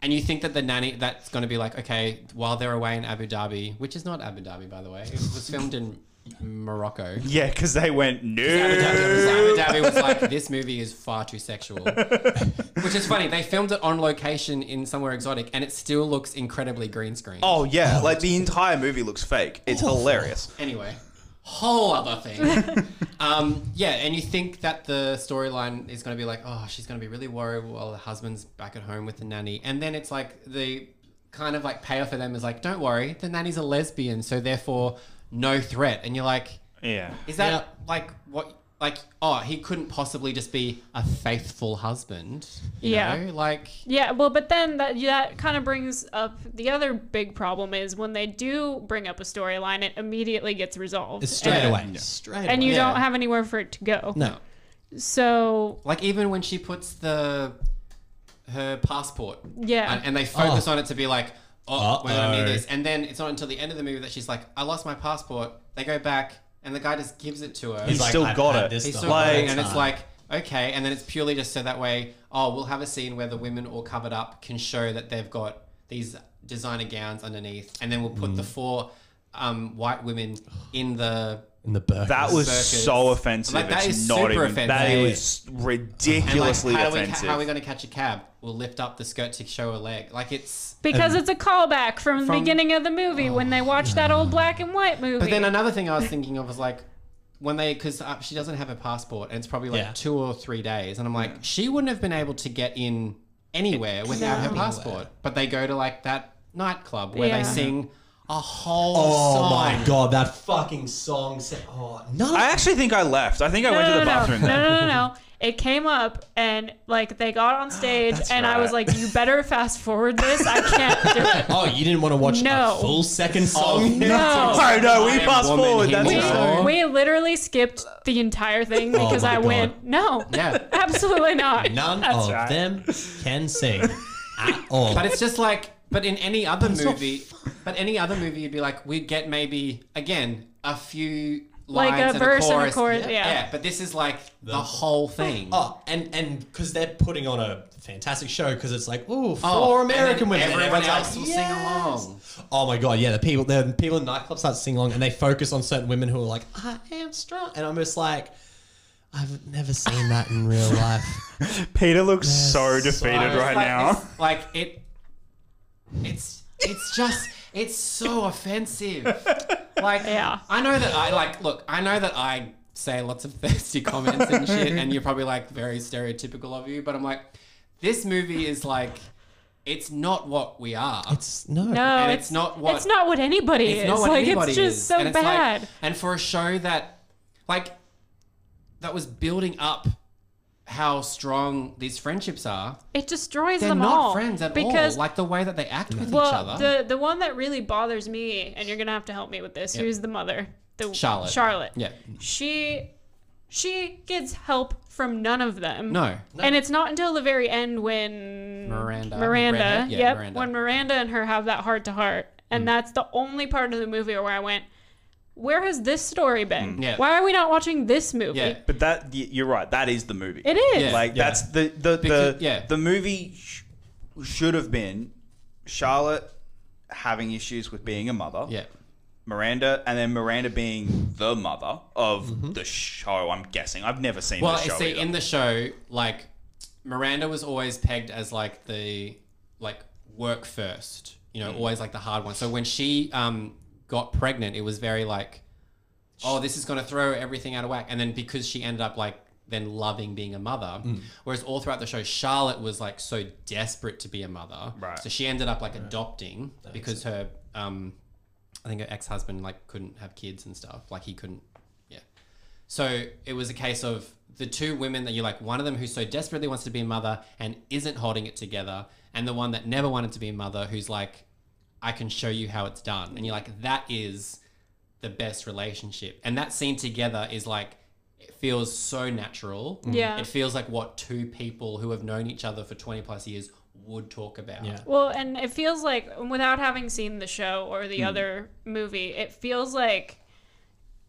[SPEAKER 6] and you think that the nanny that's gonna be like okay, while they're away in Abu Dhabi, which is not Abu Dhabi by the way, it was filmed in Morocco.
[SPEAKER 4] Yeah, because they went, no.
[SPEAKER 6] Abu Dhabi, was like, Abu Dhabi was like, this movie is far too sexual. Which is funny. They filmed it on location in somewhere exotic and it still looks incredibly green screen.
[SPEAKER 4] Oh, yeah. Like, the entire movie looks fake. It's hilarious.
[SPEAKER 6] Anyway, whole other thing. um, yeah, and you think that the storyline is going to be like, oh, she's going to be really worried while the husband's back at home with the nanny. And then it's like the kind of like payoff for them is like, don't worry, the nanny's a lesbian, so therefore no threat. And you're like,
[SPEAKER 4] Yeah.
[SPEAKER 6] is that
[SPEAKER 5] Yeah.
[SPEAKER 6] like what? Like, oh, he couldn't possibly just be a faithful husband. You
[SPEAKER 1] Yeah.
[SPEAKER 6] Know? Like,
[SPEAKER 1] Yeah, well, but then that that kind of brings up the other big problem is when they do bring up a storyline, it immediately gets resolved.
[SPEAKER 5] It's straight
[SPEAKER 1] And-
[SPEAKER 5] away. Straight
[SPEAKER 1] and
[SPEAKER 5] away.
[SPEAKER 1] you
[SPEAKER 6] Yeah.
[SPEAKER 1] don't have anywhere for it to go.
[SPEAKER 5] no.
[SPEAKER 1] So
[SPEAKER 6] like even when she puts the her passport
[SPEAKER 1] Yeah.
[SPEAKER 6] and, and they focus
[SPEAKER 5] Oh.
[SPEAKER 6] on it to be like oh we're gonna
[SPEAKER 5] Uh-oh.
[SPEAKER 6] need this and then it's not until the end of the movie that she's like i lost my passport they go back and the guy just gives it to her
[SPEAKER 4] He's still
[SPEAKER 5] I've
[SPEAKER 4] got
[SPEAKER 5] had
[SPEAKER 4] it.
[SPEAKER 5] this
[SPEAKER 6] He's
[SPEAKER 5] the
[SPEAKER 6] still
[SPEAKER 5] whole
[SPEAKER 6] like,
[SPEAKER 4] Like-
[SPEAKER 6] and it's
[SPEAKER 5] time.
[SPEAKER 6] like okay and then it's purely just so that way oh we'll have a scene where the women all covered up can show that they've got these designer gowns underneath and then we'll
[SPEAKER 5] Mm.
[SPEAKER 6] put the four um, white women in the
[SPEAKER 5] in the burkas.
[SPEAKER 4] That was
[SPEAKER 6] Circus.
[SPEAKER 4] so offensive.
[SPEAKER 6] Like, that
[SPEAKER 4] it's
[SPEAKER 6] is
[SPEAKER 4] not
[SPEAKER 6] super
[SPEAKER 4] even.
[SPEAKER 6] offensive.
[SPEAKER 4] That
[SPEAKER 6] Yeah.
[SPEAKER 4] was
[SPEAKER 6] And like,
[SPEAKER 4] ridiculously
[SPEAKER 6] how, are we,
[SPEAKER 4] offensive.
[SPEAKER 6] how are we going to catch a cab? We'll lift up the skirt to show a leg. Like it's.
[SPEAKER 1] because it's a callback from the
[SPEAKER 6] From-
[SPEAKER 1] beginning of the movie when they watched that old black and white movie.
[SPEAKER 6] But then another thing I was thinking of was like when they because uh, she doesn't have her passport and it's probably like
[SPEAKER 5] Yeah.
[SPEAKER 6] two or three days, and I'm like she wouldn't have been able to get in anywhere without her passport. But they go to like that nightclub where
[SPEAKER 1] Yeah.
[SPEAKER 6] they sing. a whole
[SPEAKER 5] Oh
[SPEAKER 6] song.
[SPEAKER 5] my god, that fucking song. Sa- oh, none of
[SPEAKER 4] I actually think I left. I think I
[SPEAKER 1] No,
[SPEAKER 4] went to
[SPEAKER 1] no,
[SPEAKER 4] the
[SPEAKER 1] no,
[SPEAKER 4] bathroom
[SPEAKER 1] no,
[SPEAKER 4] then.
[SPEAKER 1] no, no, no. It came up and like they got on stage
[SPEAKER 4] That's
[SPEAKER 1] and I was
[SPEAKER 4] right.
[SPEAKER 1] like, you better fast forward this. I can't do it.
[SPEAKER 5] Oh, you didn't want to watch
[SPEAKER 1] No.
[SPEAKER 5] a full second song?
[SPEAKER 1] No.
[SPEAKER 4] Oh, no, we
[SPEAKER 6] I am
[SPEAKER 4] fast
[SPEAKER 6] woman,
[SPEAKER 4] forward,
[SPEAKER 6] he
[SPEAKER 4] that's
[SPEAKER 6] was
[SPEAKER 1] We,
[SPEAKER 4] right.
[SPEAKER 6] wrong.
[SPEAKER 1] we literally skipped the entire thing
[SPEAKER 5] Oh
[SPEAKER 1] because
[SPEAKER 5] my
[SPEAKER 1] I
[SPEAKER 5] God.
[SPEAKER 1] went, no,
[SPEAKER 6] Yeah.
[SPEAKER 1] absolutely not.
[SPEAKER 5] None
[SPEAKER 1] That's
[SPEAKER 5] of
[SPEAKER 1] right.
[SPEAKER 5] them can sing at all.
[SPEAKER 6] But it's just like, but in any other movie, but any other movie, you'd be like, we'd get maybe again a few
[SPEAKER 1] Like
[SPEAKER 6] lines
[SPEAKER 1] a
[SPEAKER 6] and
[SPEAKER 1] verse and
[SPEAKER 6] a
[SPEAKER 1] a
[SPEAKER 6] chorus.
[SPEAKER 1] chorus, Yeah. yeah.
[SPEAKER 6] But this is like the, whole thing.
[SPEAKER 5] Oh, and and because they're putting on a fantastic show because it's like, ooh, four
[SPEAKER 6] Oh, and
[SPEAKER 5] American
[SPEAKER 6] then
[SPEAKER 5] women.
[SPEAKER 6] Everyone
[SPEAKER 5] and everyone's
[SPEAKER 6] else
[SPEAKER 5] like,
[SPEAKER 6] will
[SPEAKER 5] "Yes."
[SPEAKER 6] sing along.
[SPEAKER 5] Oh my god, yeah, the people the people in nightclubs start singing along and they focus on certain women who are like, I am strong, and I'm just like, I've never seen that in real life.
[SPEAKER 4] Peter looks so
[SPEAKER 5] Yes.
[SPEAKER 4] defeated
[SPEAKER 5] Sorry.
[SPEAKER 4] right
[SPEAKER 6] like
[SPEAKER 4] now.
[SPEAKER 6] this- like it, it's it's just it's so offensive. Like
[SPEAKER 1] Yeah.
[SPEAKER 6] I know that I like look. I know that I say lots of thirsty comments and shit, and you're probably like very stereotypical of you. But I'm like, this movie is like, it's not what we are.
[SPEAKER 5] It's no,
[SPEAKER 1] No,
[SPEAKER 6] and
[SPEAKER 1] it's,
[SPEAKER 6] it's not what
[SPEAKER 1] it's not what anybody
[SPEAKER 6] it's
[SPEAKER 1] is.
[SPEAKER 6] not what
[SPEAKER 1] like
[SPEAKER 6] anybody
[SPEAKER 1] it's just
[SPEAKER 6] is.
[SPEAKER 1] so
[SPEAKER 6] and it's
[SPEAKER 1] bad.
[SPEAKER 6] Like, and for a show that, like, that was building up how strong these friendships are.
[SPEAKER 1] it destroys
[SPEAKER 6] They're
[SPEAKER 1] them
[SPEAKER 6] not
[SPEAKER 1] all.
[SPEAKER 6] friends at
[SPEAKER 1] because
[SPEAKER 6] all. Like the way that they act with each
[SPEAKER 1] well,
[SPEAKER 6] other.
[SPEAKER 1] the the one that really bothers me, and you're gonna have to help me with this. Who's the mother? The
[SPEAKER 6] Charlotte.
[SPEAKER 1] Charlotte.
[SPEAKER 6] Yeah.
[SPEAKER 1] She she gets help from none of them.
[SPEAKER 6] No.
[SPEAKER 1] And it's not until the very end when
[SPEAKER 6] Miranda.
[SPEAKER 1] Miranda,
[SPEAKER 6] Redhead? Yeah,
[SPEAKER 1] yep,
[SPEAKER 6] Miranda. Mm.
[SPEAKER 1] when Miranda and her have that heart to heart, and that's the only part of the movie where I went, where has this story been?
[SPEAKER 6] Mm, Yeah.
[SPEAKER 1] Why are we not watching this movie?
[SPEAKER 6] Yeah.
[SPEAKER 4] But that y- you're right. That is the movie.
[SPEAKER 1] It is.
[SPEAKER 6] Yeah.
[SPEAKER 4] Like that's the the
[SPEAKER 6] Because-
[SPEAKER 4] the,
[SPEAKER 6] yeah.
[SPEAKER 4] the movie sh- should have been Charlotte having issues with being a mother.
[SPEAKER 6] Yeah.
[SPEAKER 4] Miranda, and then Miranda being the mother of the show. I'm guessing. I've never seen
[SPEAKER 6] Mm-hmm. Well,
[SPEAKER 4] the show.
[SPEAKER 6] see,
[SPEAKER 4] either.
[SPEAKER 6] in the show, like, Miranda was always pegged as, like, the, like, work first. You
[SPEAKER 4] Hmm.
[SPEAKER 6] know, always, like, the hard one. So when she um, got pregnant, it was very, like, oh, this is going to throw everything out of whack. And then because she ended up, like, then loving being a mother.
[SPEAKER 4] Hmm.
[SPEAKER 6] Whereas all throughout the show, Charlotte was, like, so desperate to be a mother.
[SPEAKER 4] Right.
[SPEAKER 6] So she ended up, like, adopting because her, um, I think her ex husband, like, couldn't have kids and stuff. Like, he couldn't, yeah. So it was a case of the two women that you're like, one of them who so desperately wants to be a mother and isn't holding it together, and the one that never wanted to be a mother who's like, I can show you how it's done. And you're like, that is the best relationship. And that scene together is like, it feels so natural.
[SPEAKER 1] Yeah.
[SPEAKER 6] It feels like what two people who have known each other for 20 plus years would talk about.
[SPEAKER 5] Yeah.
[SPEAKER 1] Well, and it feels like without having seen the show or
[SPEAKER 6] Hmm.
[SPEAKER 1] the other movie, it feels like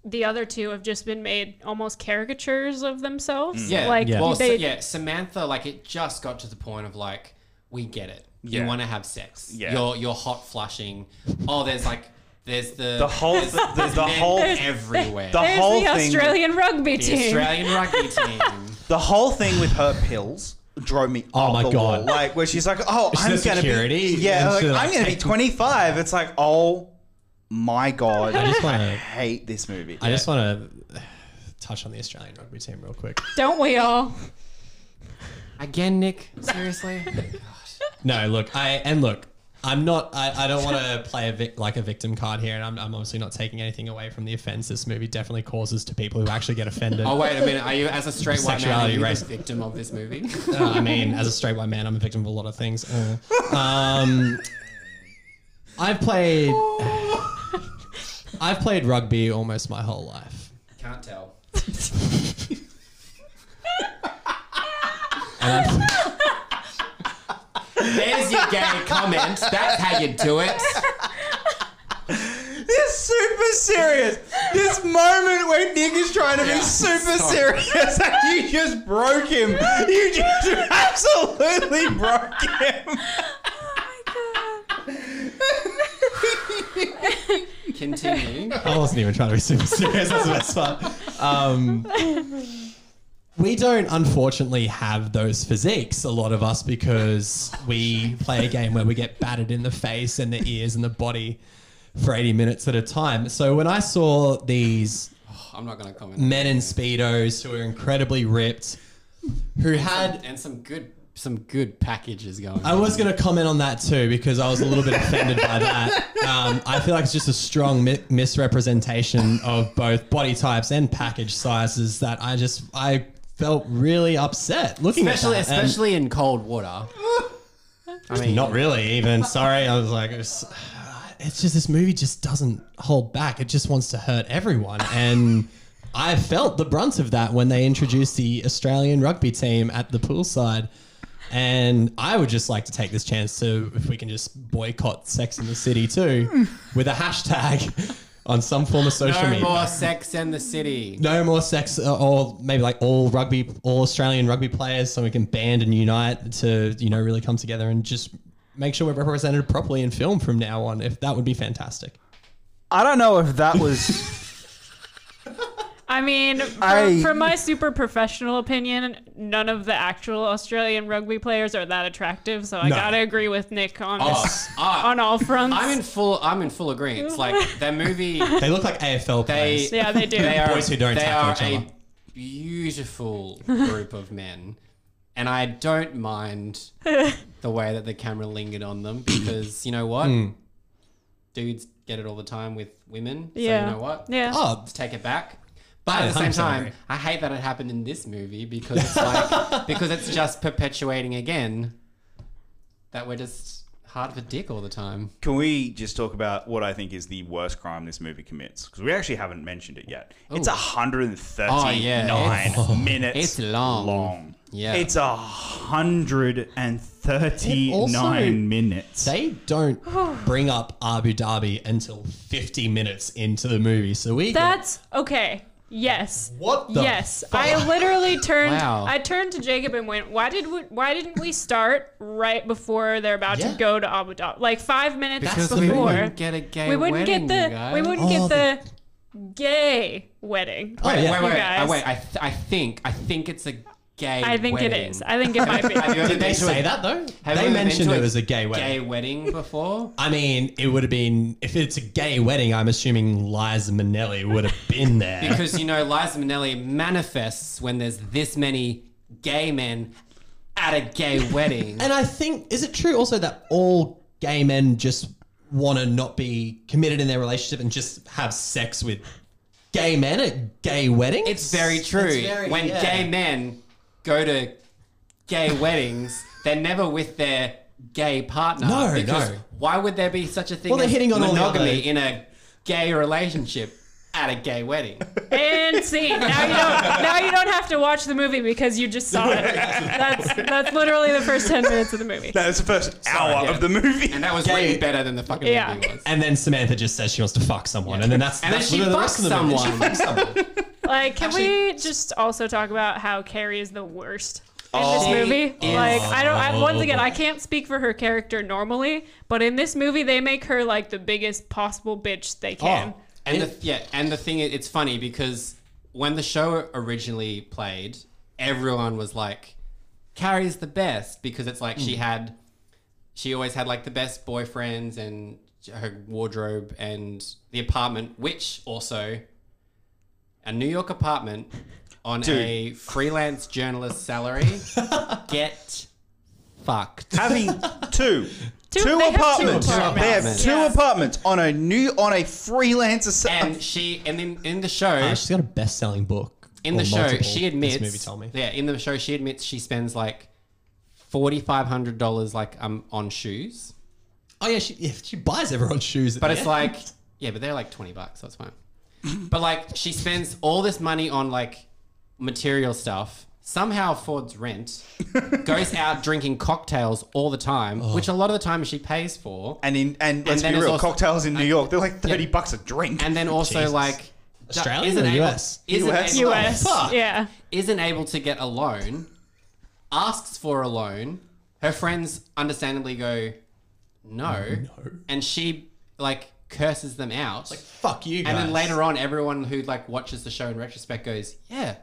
[SPEAKER 1] the other two have just been made almost caricatures of themselves.
[SPEAKER 6] Hmm. Yeah,
[SPEAKER 1] like
[SPEAKER 6] well,
[SPEAKER 1] they,
[SPEAKER 6] Sa- yeah, Samantha, like it just got to the point of like, we get it. You
[SPEAKER 4] Yeah.
[SPEAKER 6] want to have sex.
[SPEAKER 4] Yeah.
[SPEAKER 6] You're you're hot flushing. Oh, there's like there's the
[SPEAKER 4] the whole the, the
[SPEAKER 6] men
[SPEAKER 4] whole
[SPEAKER 6] everywhere.
[SPEAKER 4] the
[SPEAKER 6] The,
[SPEAKER 1] there's
[SPEAKER 4] whole
[SPEAKER 1] the
[SPEAKER 4] thing-
[SPEAKER 1] Australian rugby team.
[SPEAKER 6] Australian rugby team.
[SPEAKER 4] the whole thing with her pills drove me
[SPEAKER 5] Oh
[SPEAKER 4] up
[SPEAKER 5] my
[SPEAKER 4] the wall.
[SPEAKER 5] God.
[SPEAKER 4] Like where she's like, "Oh,
[SPEAKER 5] She's
[SPEAKER 4] I'm
[SPEAKER 5] the
[SPEAKER 4] gonna
[SPEAKER 5] security,
[SPEAKER 4] be yeah,
[SPEAKER 5] and
[SPEAKER 4] like,
[SPEAKER 5] she's like,
[SPEAKER 4] I'm gonna be 25." It's like, "Oh my god,
[SPEAKER 5] I
[SPEAKER 4] I
[SPEAKER 5] just want to,
[SPEAKER 4] hate this movie."
[SPEAKER 5] I just want to touch on the Australian rugby team real quick.
[SPEAKER 1] Don't we all?
[SPEAKER 6] Again, Nick. Seriously.
[SPEAKER 5] No, look, I and look, I'm not. I, I don't want to play a vic, like a victim card here, and I'm, I'm obviously not taking anything away from the offense this movie definitely causes to people who actually get offended.
[SPEAKER 6] Oh wait a minute. Are you as a straight white man? Are
[SPEAKER 5] Sexuality,
[SPEAKER 6] you
[SPEAKER 5] race.
[SPEAKER 6] the victim of this movie?
[SPEAKER 5] Uh, I mean, as a straight white man, I'm a victim of a lot of things. Uh, um, I've played, I've played rugby almost my whole life,
[SPEAKER 6] Can't tell.
[SPEAKER 5] and I'm,
[SPEAKER 6] There's your gay comment. That's how you do it.
[SPEAKER 4] This is super serious. This moment where Nick is trying to be super serious, and you just broke him. You just absolutely broke him.
[SPEAKER 6] Continue.
[SPEAKER 5] I wasn't even trying to be super serious. That's the best part. Um, we don't, unfortunately, have those physiques, a lot of us, because we play a game where we get battered in the face and the ears and the body for 80 minutes at a time. So when I saw these
[SPEAKER 6] I'm not gonna comment.
[SPEAKER 5] men in Speedos who were incredibly ripped, who had
[SPEAKER 6] and some good some good packages going.
[SPEAKER 5] I
[SPEAKER 6] on.
[SPEAKER 5] was going to comment on that too because I was a little bit offended by that. Um, I feel like it's just a strong mi- misrepresentation of both body types and package sizes that I just I felt really upset looking
[SPEAKER 6] especially
[SPEAKER 5] at that. And
[SPEAKER 6] especially in cold water. I mean,
[SPEAKER 5] not really even sorry. I was like, it's, uh, it's just this movie just doesn't hold back. It just wants to hurt everyone and. I felt the brunt of that when they introduced the Australian rugby team at the poolside. And I would just like to take this chance to, if we can just boycott Sex in the City too, with a hashtag on some form of social
[SPEAKER 6] no
[SPEAKER 5] media.
[SPEAKER 6] more sex in the city.
[SPEAKER 5] No more sex, uh, or maybe like all rugby, all Australian rugby players, so we can band and unite to, you know, really come together and just make sure we're represented properly in film from now on. If that would be fantastic.
[SPEAKER 2] I don't know if that was.
[SPEAKER 1] I mean, from,
[SPEAKER 2] I-
[SPEAKER 1] from my super professional opinion, none of the actual Australian rugby players are that attractive. So I
[SPEAKER 5] No.
[SPEAKER 1] gotta agree with Nick on
[SPEAKER 6] Ah,
[SPEAKER 1] on all fronts.
[SPEAKER 6] I'm in full. I'm in full agreement. Like that movie,
[SPEAKER 5] They look like AFL
[SPEAKER 6] they
[SPEAKER 5] players.
[SPEAKER 1] yeah, they do.
[SPEAKER 6] they are
[SPEAKER 5] Boys who don't
[SPEAKER 6] they
[SPEAKER 5] tackle
[SPEAKER 6] are
[SPEAKER 5] each
[SPEAKER 6] a
[SPEAKER 5] other.
[SPEAKER 6] beautiful group of men, and I don't mind the way that the camera lingered on them because you know what,
[SPEAKER 5] Hmm.
[SPEAKER 6] dudes get it all the time with women.
[SPEAKER 1] yeah.
[SPEAKER 6] So you know what,
[SPEAKER 1] Yeah.
[SPEAKER 5] Oh,
[SPEAKER 6] let's take it back. But at the
[SPEAKER 5] I'm
[SPEAKER 6] same time,
[SPEAKER 5] sorry.
[SPEAKER 6] I hate that it happened in this movie because it's like because it's just perpetuating again that we're just hard for dick all the time.
[SPEAKER 4] Can we just talk about what I think is the worst crime this movie commits? Because we actually haven't mentioned it yet. It's
[SPEAKER 6] Ooh.
[SPEAKER 4] 139
[SPEAKER 6] Oh, yeah,
[SPEAKER 4] minutes.
[SPEAKER 6] it's long.
[SPEAKER 4] long.
[SPEAKER 6] Yeah.
[SPEAKER 4] It's a
[SPEAKER 5] It also-
[SPEAKER 4] 139 minutes.
[SPEAKER 5] They don't bring up Abu Dhabi until 50 minutes into the movie. So we get-
[SPEAKER 1] That's okay. Yes.
[SPEAKER 5] What the
[SPEAKER 1] Yes.
[SPEAKER 5] fuck?
[SPEAKER 1] I literally turned
[SPEAKER 6] Wow.
[SPEAKER 1] I turned to Jacob and went, "Why did we, why didn't we start right before they're about
[SPEAKER 5] Yeah.
[SPEAKER 1] to go to Abu Dhabi? Like 5 minutes
[SPEAKER 5] That's the
[SPEAKER 6] we
[SPEAKER 1] before.
[SPEAKER 6] wouldn't get a gay
[SPEAKER 1] we wouldn't
[SPEAKER 6] wedding,
[SPEAKER 1] get the
[SPEAKER 6] you guys.
[SPEAKER 1] we wouldn't
[SPEAKER 5] Oh,
[SPEAKER 1] get the gay wedding.
[SPEAKER 5] Oh,
[SPEAKER 6] Wait,
[SPEAKER 5] yeah.
[SPEAKER 6] wait,
[SPEAKER 1] You
[SPEAKER 6] wait,
[SPEAKER 1] guys.
[SPEAKER 6] uh, wait. I, th- I think, I think it's a gay.
[SPEAKER 1] I think
[SPEAKER 6] wedding.
[SPEAKER 1] it is. I think it might be.
[SPEAKER 6] Have you ever
[SPEAKER 5] Did they
[SPEAKER 6] been to
[SPEAKER 5] say
[SPEAKER 6] a
[SPEAKER 5] that though?
[SPEAKER 6] have you
[SPEAKER 5] they
[SPEAKER 6] ever been
[SPEAKER 5] mentioned
[SPEAKER 6] to
[SPEAKER 5] it was a gay wedding.
[SPEAKER 6] Gay wedding before?
[SPEAKER 5] I mean, it would have been if it's a gay wedding. I'm assuming Liza Minnelli would have been there.
[SPEAKER 6] Because you know, Liza Minnelli manifests when there's this many gay men at a gay wedding.
[SPEAKER 5] and I think is it true also that all gay men just want to not be committed in their relationship and just have sex with gay men at gay weddings?
[SPEAKER 6] It's very true.
[SPEAKER 5] It's very-
[SPEAKER 6] when
[SPEAKER 5] yeah.
[SPEAKER 6] gay men go to gay weddings, they're never with their gay partner.
[SPEAKER 5] No,
[SPEAKER 6] because
[SPEAKER 5] no.
[SPEAKER 6] Why would there be such a thing?
[SPEAKER 5] Well, they're
[SPEAKER 6] as
[SPEAKER 5] hitting on all the
[SPEAKER 6] monogamy
[SPEAKER 5] other-
[SPEAKER 6] in a gay relationship at a gay wedding.
[SPEAKER 1] And see, now you don't now you don't have to watch the movie because you just saw it. That's that's literally the first ten minutes of the movie.
[SPEAKER 4] That was the first hour
[SPEAKER 6] yeah.
[SPEAKER 4] of the movie.
[SPEAKER 6] And that was
[SPEAKER 5] Gay-
[SPEAKER 6] way better than the fucking
[SPEAKER 1] Yeah.
[SPEAKER 6] movie was.
[SPEAKER 5] And then Samantha just says she wants to fuck someone, and then that's
[SPEAKER 6] And then
[SPEAKER 5] that's
[SPEAKER 6] she
[SPEAKER 5] literally the
[SPEAKER 6] fucks
[SPEAKER 5] rest of the movie.
[SPEAKER 6] someone.
[SPEAKER 5] She fucks someone.
[SPEAKER 1] Like, can we
[SPEAKER 5] Actually-
[SPEAKER 1] just also talk about how Carrie is the worst in this
[SPEAKER 6] Oh.
[SPEAKER 1] movie?
[SPEAKER 6] She
[SPEAKER 1] Like,
[SPEAKER 6] is-
[SPEAKER 1] I don't. I, once again, I can't speak for her character normally, but in this movie, they make her like the biggest possible bitch they can.
[SPEAKER 5] Oh.
[SPEAKER 6] And the, yeah, and the thing is, it's funny because when the show originally played, everyone was like, "Carrie's the best" because it's like she had, she always had like the best boyfriends and her wardrobe and the apartment, which also a New York apartment on a freelance journalist salary. Get fucked.
[SPEAKER 4] having two. Two,
[SPEAKER 1] they have two apartments.
[SPEAKER 4] apartments. They have
[SPEAKER 6] apartments.
[SPEAKER 4] two
[SPEAKER 1] Yeah.
[SPEAKER 4] apartments on a new on a freelancer. sa-
[SPEAKER 6] And she, and then in the show,
[SPEAKER 5] Uh, she's got a best-selling book.
[SPEAKER 6] in
[SPEAKER 5] or
[SPEAKER 6] the show
[SPEAKER 5] multiple,
[SPEAKER 6] she admits
[SPEAKER 5] This movie told me.
[SPEAKER 6] yeah in the show she admits she spends like $4500 like um on shoes
[SPEAKER 5] Oh yeah, she, yeah, she buys everyone's shoes. at
[SPEAKER 6] but
[SPEAKER 5] the
[SPEAKER 6] it's
[SPEAKER 5] end.
[SPEAKER 6] like yeah but they're like 20 bucks so it's fine but like she spends all this money on like material stuff somehow affords rent goes out drinking cocktails all the time which a lot of the time she pays for
[SPEAKER 4] and in and let's
[SPEAKER 6] then
[SPEAKER 4] be
[SPEAKER 6] it's
[SPEAKER 4] real,
[SPEAKER 6] also-
[SPEAKER 4] cocktails in New York they're like thirty bucks a drink.
[SPEAKER 6] and then also
[SPEAKER 5] Jesus.
[SPEAKER 6] like d-
[SPEAKER 5] Australian
[SPEAKER 6] isn't
[SPEAKER 5] or
[SPEAKER 6] able-
[SPEAKER 5] US?
[SPEAKER 6] isn't
[SPEAKER 4] US.
[SPEAKER 6] able-
[SPEAKER 1] U.S.
[SPEAKER 5] fuck.
[SPEAKER 1] Yeah.
[SPEAKER 6] isn't able to get a loan, asks for a loan. Her friends understandably go, no. And she, like, curses them out.
[SPEAKER 5] fuck you. Guys.
[SPEAKER 6] and then later on, everyone who, like, watches the show in retrospect goes, yeah,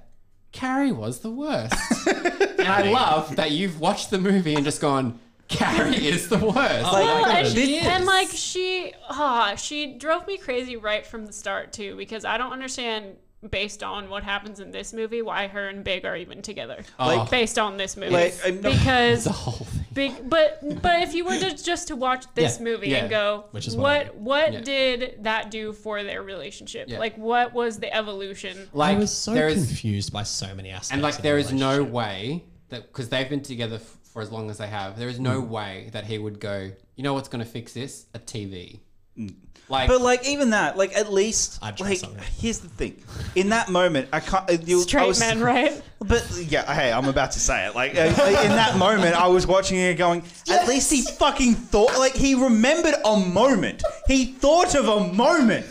[SPEAKER 6] Carrie was the worst. and I love that you've watched the movie and just gone, Carrie is the worst.
[SPEAKER 1] Well,
[SPEAKER 5] God,
[SPEAKER 1] and,
[SPEAKER 5] she
[SPEAKER 1] and, like she, ah, she drove me crazy right from the start too, because I don't understand based on what happens in this movie, why her and Big are even together.
[SPEAKER 6] Like-
[SPEAKER 1] based on this movie,
[SPEAKER 4] Like, I'm not-
[SPEAKER 1] because
[SPEAKER 6] The whole thing.
[SPEAKER 1] Big, but but if you were to just to watch this
[SPEAKER 5] Yeah,
[SPEAKER 1] movie
[SPEAKER 6] yeah,
[SPEAKER 1] and go,
[SPEAKER 5] which is what I
[SPEAKER 1] what what
[SPEAKER 6] Yeah.
[SPEAKER 1] did that do for their relationship?
[SPEAKER 6] Yeah.
[SPEAKER 1] Like, what was the evolution?
[SPEAKER 6] Like
[SPEAKER 5] I was so
[SPEAKER 6] there is
[SPEAKER 5] confused by so many aspects.
[SPEAKER 6] and like
[SPEAKER 5] of
[SPEAKER 6] there
[SPEAKER 5] the
[SPEAKER 6] is no
[SPEAKER 5] relationship.
[SPEAKER 6] way that because they've been together f- for as long as they have, there is no
[SPEAKER 5] Mm.
[SPEAKER 6] way that he would go. You know what's going to fix this? A TV.
[SPEAKER 5] Mm.
[SPEAKER 6] Like,
[SPEAKER 4] But like even that, like at least
[SPEAKER 5] I'd try
[SPEAKER 4] like
[SPEAKER 5] something.
[SPEAKER 4] here's the thing. In that moment, I can't. uh, You, I
[SPEAKER 1] Straight
[SPEAKER 4] was,
[SPEAKER 1] men, right?
[SPEAKER 4] But yeah, hey, I'm about to say it. Like uh, like, in that moment, I was watching it going. At least he fucking thought. Like he remembered a moment. He thought of a moment.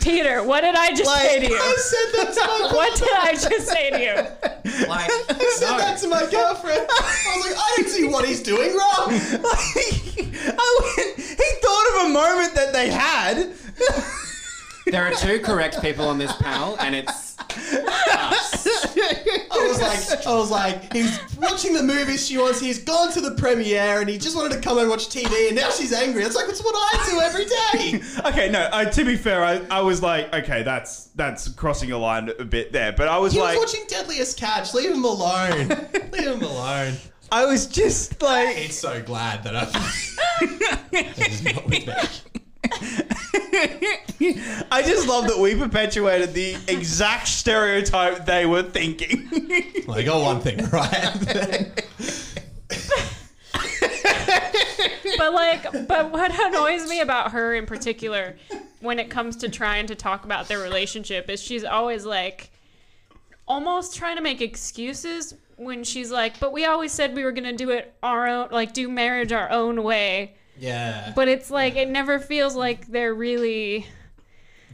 [SPEAKER 1] Peter, what did I just say to you?
[SPEAKER 4] said that to my
[SPEAKER 1] What did I just say to you?
[SPEAKER 6] like
[SPEAKER 5] said
[SPEAKER 6] no.
[SPEAKER 5] that to my girlfriend. I was like, I don't see what he's doing wrong.
[SPEAKER 4] I went, he thought of a moment that they had.
[SPEAKER 6] There are two correct people on this panel, and it's
[SPEAKER 5] I was like, I was like, he's watching the movies she wants. He's gone to the premiere, and he just wanted to come and watch TV. And now she's angry. It's like that's what I do every day.
[SPEAKER 4] okay, no. Uh, to be fair, I, I was like, okay, that's that's crossing a line a bit there. But I was
[SPEAKER 5] He
[SPEAKER 4] like,
[SPEAKER 5] was watching Deadliest Catch. Leave him alone. Leave him alone.
[SPEAKER 4] I was just like,
[SPEAKER 5] It's so glad that I'm. He's not with me.
[SPEAKER 4] I just love that we perpetuated the exact stereotype they were thinking.
[SPEAKER 5] Like, I got one thing right.
[SPEAKER 1] But like, but what annoys me about her in particular, when it comes to trying to talk about their relationship, is she's always like, almost trying to make excuses when she's like, "But we always said we were gonna do it our own, like do marriage our own way."
[SPEAKER 5] yeah.
[SPEAKER 1] But it's like it never feels like they're really.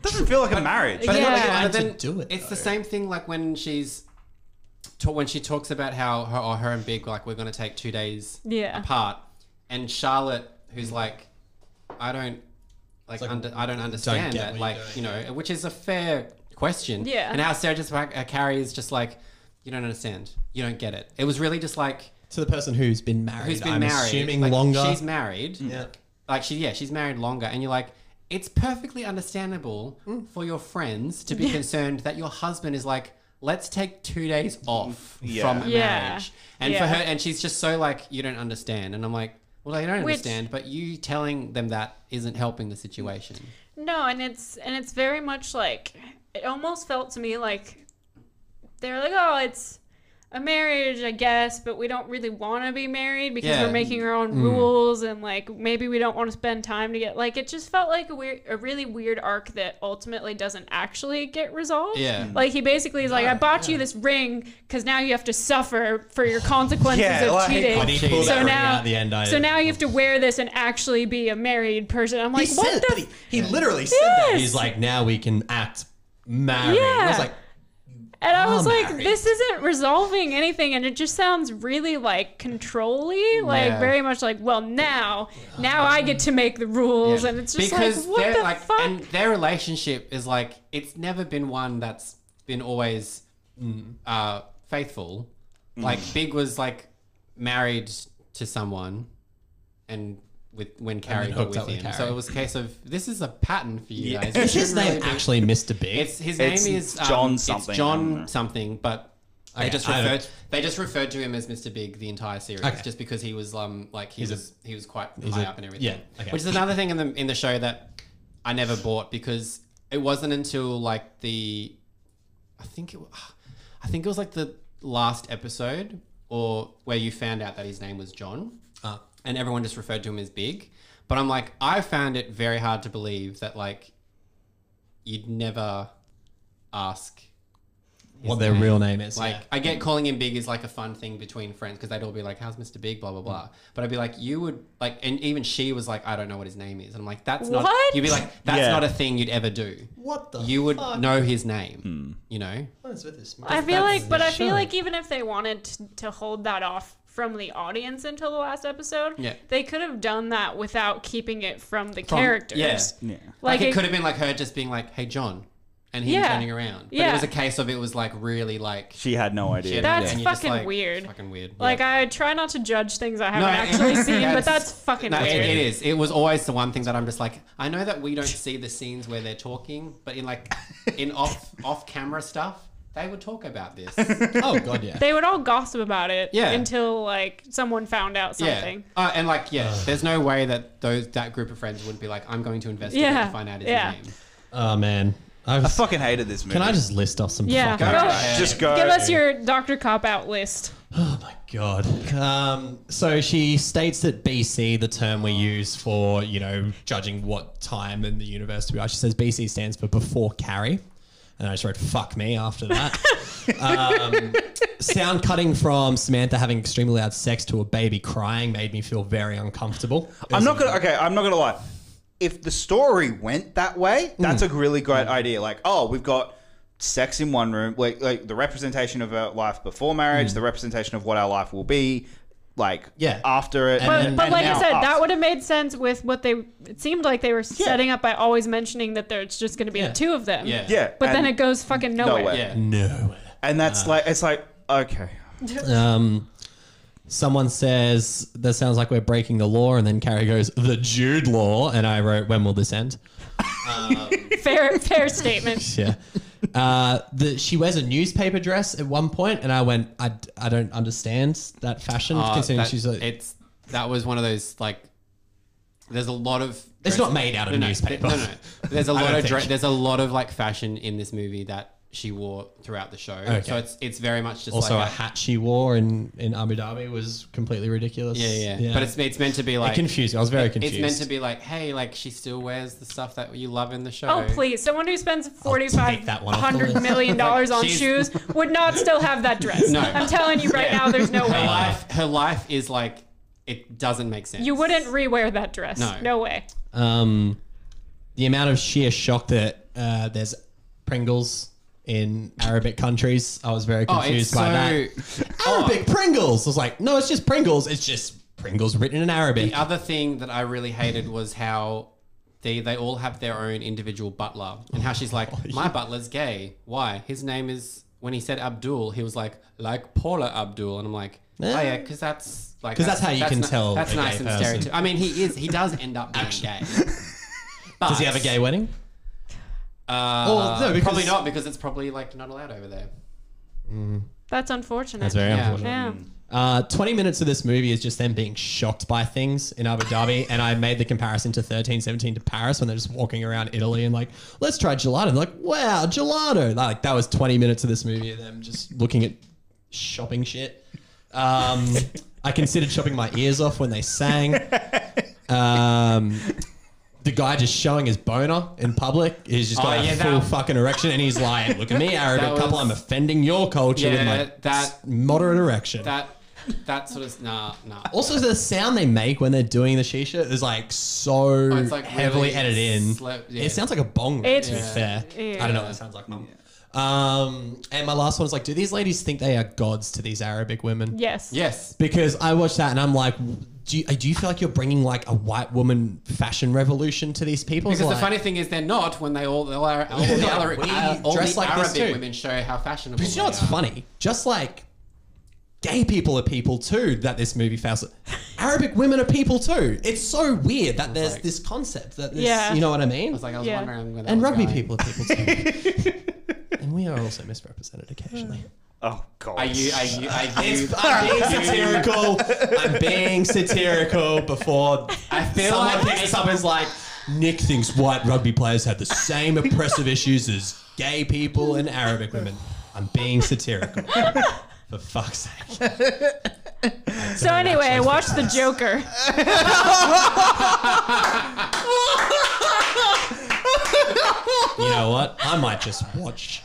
[SPEAKER 4] Doesn't feel like a marriage.
[SPEAKER 1] Yeah.
[SPEAKER 6] But
[SPEAKER 5] Trying to do it,
[SPEAKER 6] It's the
[SPEAKER 5] though.
[SPEAKER 6] same thing like when she's ta- when she talks about how her or her and Big like we're gonna take two days
[SPEAKER 1] Yeah.
[SPEAKER 6] apart, and Charlotte who's like, I don't like,
[SPEAKER 5] like,
[SPEAKER 6] under, I don't understand
[SPEAKER 5] get
[SPEAKER 6] that
[SPEAKER 5] what
[SPEAKER 6] like
[SPEAKER 5] you're doing,
[SPEAKER 6] you know which is a fair question.
[SPEAKER 1] Yeah.
[SPEAKER 6] And how Sarah just like uh, Carrie is just like you don't understand, you don't get it. It was really just like
[SPEAKER 5] To the person who's been married.
[SPEAKER 6] who's been
[SPEAKER 5] I'm
[SPEAKER 6] married,
[SPEAKER 5] Assuming
[SPEAKER 6] like,
[SPEAKER 5] longer.
[SPEAKER 6] She's married.
[SPEAKER 5] yeah.
[SPEAKER 6] like she yeah she's married longer and you're like it's perfectly understandable for your friends to be concerned that your husband is like let's take two days off from
[SPEAKER 1] Yeah.
[SPEAKER 6] marriage and for
[SPEAKER 1] Yeah.
[SPEAKER 6] her and she's just so like you don't understand and i'm like well i don't
[SPEAKER 1] Which-
[SPEAKER 6] understand but you telling them that isn't helping the situation
[SPEAKER 1] No, and it's and it's very much like it almost felt to me like they're like, "Oh, it's a marriage, I guess, but we don't really want to be married because
[SPEAKER 6] Yeah.
[SPEAKER 1] we're making our
[SPEAKER 4] Mm.
[SPEAKER 1] own rules and like maybe we don't want to spend time to get like it just felt like a weird a really weird arc that ultimately doesn't actually get resolved.
[SPEAKER 6] Yeah.
[SPEAKER 4] Mm.
[SPEAKER 1] Like he basically is like, "I bought you this ring cuz now you have to suffer for your consequences
[SPEAKER 4] Yeah,
[SPEAKER 1] of
[SPEAKER 4] like-
[SPEAKER 1] cheating."
[SPEAKER 5] But he pulled
[SPEAKER 1] so
[SPEAKER 5] that ring
[SPEAKER 1] now
[SPEAKER 5] out at the end, I-
[SPEAKER 1] so now you have to wear this and actually be a married person. I'm like,
[SPEAKER 5] he
[SPEAKER 1] "What
[SPEAKER 5] said
[SPEAKER 1] the
[SPEAKER 5] it, but he, he literally said that.
[SPEAKER 1] Yes.
[SPEAKER 5] He's like, now we can act married. And I
[SPEAKER 1] Yeah.
[SPEAKER 5] was like,
[SPEAKER 1] And I was
[SPEAKER 5] are
[SPEAKER 1] like,
[SPEAKER 5] married.
[SPEAKER 1] this isn't resolving anything, and it just sounds really like controlly, like
[SPEAKER 6] Yeah.
[SPEAKER 1] very much like, well, now, now I get to make the rules,
[SPEAKER 6] Yeah.
[SPEAKER 1] and it's just like,
[SPEAKER 6] because
[SPEAKER 1] what
[SPEAKER 6] they're
[SPEAKER 1] the
[SPEAKER 6] like
[SPEAKER 1] fuck?
[SPEAKER 6] and their relationship is like it's never been one that's been always uh, faithful like big was like married to someone and with when carrie got
[SPEAKER 5] hooked
[SPEAKER 6] with
[SPEAKER 5] up with
[SPEAKER 6] him so
[SPEAKER 5] Carrie.
[SPEAKER 6] it was a case of this is a pattern for you guys You
[SPEAKER 5] is his
[SPEAKER 6] shouldn't
[SPEAKER 5] name
[SPEAKER 6] really be-
[SPEAKER 5] actually Mr. Big?
[SPEAKER 6] it's his
[SPEAKER 4] It's
[SPEAKER 6] name is um,
[SPEAKER 4] John
[SPEAKER 6] it's
[SPEAKER 4] something, I don't know.
[SPEAKER 6] john something but they
[SPEAKER 5] Okay,
[SPEAKER 6] just
[SPEAKER 5] I don't-
[SPEAKER 6] referred. They just referred to him as Mr. Big the entire series,
[SPEAKER 5] Okay.
[SPEAKER 6] just because he was um like he
[SPEAKER 5] He's a-
[SPEAKER 6] was he was quite high
[SPEAKER 5] a-
[SPEAKER 6] up and everything.
[SPEAKER 5] yeah, okay.
[SPEAKER 6] Which is another thing in the in the show that I never bought because it wasn't until like the I think it wa- I think it was like the last episode or where you found out that his name was John.
[SPEAKER 5] Ah.
[SPEAKER 6] and everyone just referred to him as Big. But I'm like I found it very hard to believe that like you'd never ask
[SPEAKER 5] what their real name is.
[SPEAKER 6] like
[SPEAKER 5] yeah.
[SPEAKER 6] I get calling him big is like a fun thing between friends because they'd all be like, "How's Mr. Big?" Blah blah blah. But I'd be like, "You would like," and even she was like, "I don't know what his name is." And I'm like, "That's not."
[SPEAKER 1] What?
[SPEAKER 6] You'd be like, "That's
[SPEAKER 4] Yeah.
[SPEAKER 6] not a thing you'd ever do.
[SPEAKER 5] what the
[SPEAKER 6] You would
[SPEAKER 5] fuck
[SPEAKER 6] know his name. You know."
[SPEAKER 5] What is with this?
[SPEAKER 1] I feel like, but I feel
[SPEAKER 5] show.
[SPEAKER 1] like even if they wanted to, to hold that off from the audience until the last episode,
[SPEAKER 6] Yeah.
[SPEAKER 1] they could have done that without keeping it from the
[SPEAKER 6] From-
[SPEAKER 1] characters.
[SPEAKER 6] yeah.
[SPEAKER 4] yeah.
[SPEAKER 6] Like,
[SPEAKER 1] Like,
[SPEAKER 6] it,
[SPEAKER 1] it-
[SPEAKER 6] could have been like her just being like, "Hey, John," and him
[SPEAKER 1] Yeah.
[SPEAKER 6] turning around. But it
[SPEAKER 1] Yeah.
[SPEAKER 6] was a case of it was like really like.
[SPEAKER 4] She had no idea.
[SPEAKER 6] shit,
[SPEAKER 1] That's
[SPEAKER 6] and you're just
[SPEAKER 1] fucking
[SPEAKER 6] like,
[SPEAKER 1] weird.
[SPEAKER 6] Fucking weird.
[SPEAKER 1] like
[SPEAKER 6] Yeah.
[SPEAKER 1] I try not to judge things I haven't
[SPEAKER 6] No,
[SPEAKER 1] actually
[SPEAKER 6] it-
[SPEAKER 1] seen,
[SPEAKER 6] that's-
[SPEAKER 1] but that's fucking
[SPEAKER 6] No, it-
[SPEAKER 1] weird.
[SPEAKER 6] it is. It was always the one thing that I'm just like, I know that we don't see the scenes where they're talking, but in like in off off camera stuff, They would talk about this.
[SPEAKER 5] Oh god, yeah.
[SPEAKER 1] They would all gossip about it
[SPEAKER 6] Yeah.
[SPEAKER 1] until like someone found out
[SPEAKER 6] yeah.
[SPEAKER 1] something.
[SPEAKER 6] Uh, and like, yeah, there's no way that those that group of friends wouldn't be like, I'm going to investigate
[SPEAKER 1] Yeah.
[SPEAKER 6] to find out his
[SPEAKER 1] Yeah.
[SPEAKER 6] name.
[SPEAKER 5] Oh man, I've,
[SPEAKER 4] I fucking hated this movie.
[SPEAKER 5] can I just list off some?
[SPEAKER 1] Yeah.
[SPEAKER 5] fucking-
[SPEAKER 1] Go
[SPEAKER 6] ahead.
[SPEAKER 4] just go?
[SPEAKER 1] Give us your Dr. Cop out list.
[SPEAKER 5] Oh my god. Um, so she states that BC, the term we use for you know judging what time in the universe to be, she says BC stands for before carry, and I just wrote fuck me after that. um, sound cutting from Samantha having extremely loud sex to a baby crying made me feel very uncomfortable.
[SPEAKER 4] I'm not gonna. Okay, I'm not gonna lie. If the story went that way,
[SPEAKER 5] Hmm.
[SPEAKER 4] that's a really great idea. Like, oh, we've got sex in one room, like like the representation of our life before marriage, the representation of what our life will be, like
[SPEAKER 5] Hmm. Yeah.
[SPEAKER 4] after it.
[SPEAKER 5] But-
[SPEAKER 1] But,
[SPEAKER 5] And-
[SPEAKER 1] but like I
[SPEAKER 4] now
[SPEAKER 1] said,
[SPEAKER 4] us.
[SPEAKER 1] that would have made sense with what they. It seemed like they were setting up by always mentioning that there's just going to be
[SPEAKER 5] Yeah.
[SPEAKER 1] the two of them.
[SPEAKER 6] Yeah.
[SPEAKER 4] yeah,
[SPEAKER 1] But then
[SPEAKER 4] and-
[SPEAKER 1] it goes fucking nowhere.
[SPEAKER 4] nowhere.
[SPEAKER 6] Yeah.
[SPEAKER 5] No.
[SPEAKER 4] and
[SPEAKER 5] Uh.
[SPEAKER 4] that's like it's like okay,
[SPEAKER 5] Um, someone says that sounds like we're breaking the law, and then Carrie goes the Jude Law, and I wrote when will this end?
[SPEAKER 1] Fair, fair statement.
[SPEAKER 5] Yeah. Uh, the, she wears a newspaper dress at one point, and I went, I, d- I don't understand that fashion.
[SPEAKER 6] Uh,
[SPEAKER 5] considering
[SPEAKER 6] that-
[SPEAKER 5] she's like,
[SPEAKER 6] it's that was one of those like. There's a lot of.
[SPEAKER 5] It's not made out of
[SPEAKER 6] No, no,
[SPEAKER 5] newspaper.
[SPEAKER 6] No, no, no. There's a lot
[SPEAKER 5] don't
[SPEAKER 6] of dre-
[SPEAKER 5] think.
[SPEAKER 6] there's a lot of like fashion in this movie that she wore throughout the show.
[SPEAKER 5] Okay.
[SPEAKER 6] So it's it's very much just
[SPEAKER 5] also
[SPEAKER 6] like
[SPEAKER 5] a hat she wore in, in Abu Dhabi was completely ridiculous.
[SPEAKER 6] Yeah, yeah, But it's it's meant to be like
[SPEAKER 5] it confused. me. I was very confused.
[SPEAKER 6] It's meant to be like, hey, like she still wears the stuff that you love in the show.
[SPEAKER 1] Oh please! Someone who spends forty-five
[SPEAKER 5] take that one off the
[SPEAKER 1] hundred
[SPEAKER 5] list.
[SPEAKER 1] million dollars on
[SPEAKER 6] she's-
[SPEAKER 1] shoes would not still have that dress.
[SPEAKER 6] No.
[SPEAKER 1] I'm telling you right now, there's no
[SPEAKER 6] Her
[SPEAKER 1] way.
[SPEAKER 6] life, her life is like, it doesn't make sense.
[SPEAKER 1] You wouldn't rewear that dress.
[SPEAKER 6] No.
[SPEAKER 1] way.
[SPEAKER 5] um, the amount of sheer shock that uh, there's Pringles in Arabic countries. I was very
[SPEAKER 6] Oh,
[SPEAKER 5] confused
[SPEAKER 6] it's so.
[SPEAKER 5] by that. Arabic Pringles. I was like, no, it's just Pringles. It's just Pringles written in Arabic.
[SPEAKER 6] The other thing that I really hated was how they they all have their own individual butler, and how she's like, my butler's gay. Why? His name is when he said Abdul, he was like like Paula Abdul, and I'm like, oh
[SPEAKER 5] Yeah.
[SPEAKER 6] yeah, because that's like
[SPEAKER 5] 'Cause that's how you can
[SPEAKER 6] ni-
[SPEAKER 5] tell
[SPEAKER 6] That's
[SPEAKER 5] a gay
[SPEAKER 6] nice and
[SPEAKER 5] person.
[SPEAKER 6] stereotypical. I mean, he is he does end up being gay. But,
[SPEAKER 5] Does he have a gay wedding?
[SPEAKER 6] Uh,
[SPEAKER 5] Well, no, because-
[SPEAKER 6] probably not because it's probably like not allowed over there.
[SPEAKER 1] That's unfortunate.
[SPEAKER 5] That's very
[SPEAKER 6] Yeah.
[SPEAKER 5] unfortunate.
[SPEAKER 1] yeah.
[SPEAKER 5] Uh, 20 minutes of this movie is just them being shocked by things in Abu Dhabi. and I made the comparison to 13, 17 to Paris when they're just walking around Italy and like, let's try gelato. They're like, wow, gelato. Like, that was 20 minutes of this movie of them just looking at shopping shit. Um, I considered chopping my ears off when they sang. Um, the guy just showing his boner in public. He's just got
[SPEAKER 6] Oh,
[SPEAKER 5] a
[SPEAKER 6] yeah,
[SPEAKER 5] full
[SPEAKER 6] that-
[SPEAKER 5] fucking erection and he's like, look at me, Arabic
[SPEAKER 6] That
[SPEAKER 5] couple.
[SPEAKER 6] was-
[SPEAKER 5] I'm offending your culture with
[SPEAKER 6] Yeah,
[SPEAKER 5] my
[SPEAKER 6] that
[SPEAKER 5] moderate erection.
[SPEAKER 6] that that sort of nah nah.
[SPEAKER 5] Also, the sound they make when they're doing the shisha is like so
[SPEAKER 6] Oh, it's, like,
[SPEAKER 5] heavily
[SPEAKER 6] really
[SPEAKER 5] edited in.
[SPEAKER 6] slow- yeah.
[SPEAKER 5] It sounds like a bong. It's to be
[SPEAKER 1] It's-
[SPEAKER 5] fair.
[SPEAKER 1] Yeah.
[SPEAKER 5] I don't know what it sounds like, mum. Um, and my last one is like, do these ladies think they are gods to these Arabic women?
[SPEAKER 1] Yes.
[SPEAKER 6] Yes.
[SPEAKER 5] Because I watched that and I'm like, do you, do you feel like you're bringing like a white woman fashion revolution to these people? It's
[SPEAKER 6] Because the
[SPEAKER 5] like-
[SPEAKER 6] funny thing is, they're not when they all, all, all, all the,
[SPEAKER 5] Yeah,
[SPEAKER 6] Ara-
[SPEAKER 5] we
[SPEAKER 6] uh, all
[SPEAKER 5] dress
[SPEAKER 6] the
[SPEAKER 5] like this
[SPEAKER 6] Arabic
[SPEAKER 5] too.
[SPEAKER 6] women show how fashionable.
[SPEAKER 5] But you know
[SPEAKER 6] they
[SPEAKER 5] what's
[SPEAKER 6] are.
[SPEAKER 5] funny? Just like gay people are people too, that this movie fails. Arabic women are people too. It's so weird that there's
[SPEAKER 6] like-
[SPEAKER 5] this concept that this,
[SPEAKER 1] Yeah.
[SPEAKER 5] you know what I mean?
[SPEAKER 6] I was like, I was
[SPEAKER 1] Yeah.
[SPEAKER 6] wondering where that
[SPEAKER 5] and
[SPEAKER 6] was
[SPEAKER 5] rugby
[SPEAKER 6] going.
[SPEAKER 5] people are people too. and we are also misrepresented occasionally.
[SPEAKER 4] oh god,
[SPEAKER 6] Are you? Are you? Are you?
[SPEAKER 5] It's, I'm being satirical. I'm being satirical before
[SPEAKER 6] I feel
[SPEAKER 5] someone
[SPEAKER 6] like-
[SPEAKER 5] picks this up as like Nick thinks white rugby players have the same oppressive issues as gay people and Arabic women. I'm being satirical. For fuck's sake.
[SPEAKER 1] So anyway, watch the Joker.
[SPEAKER 5] You know what? I might just watch.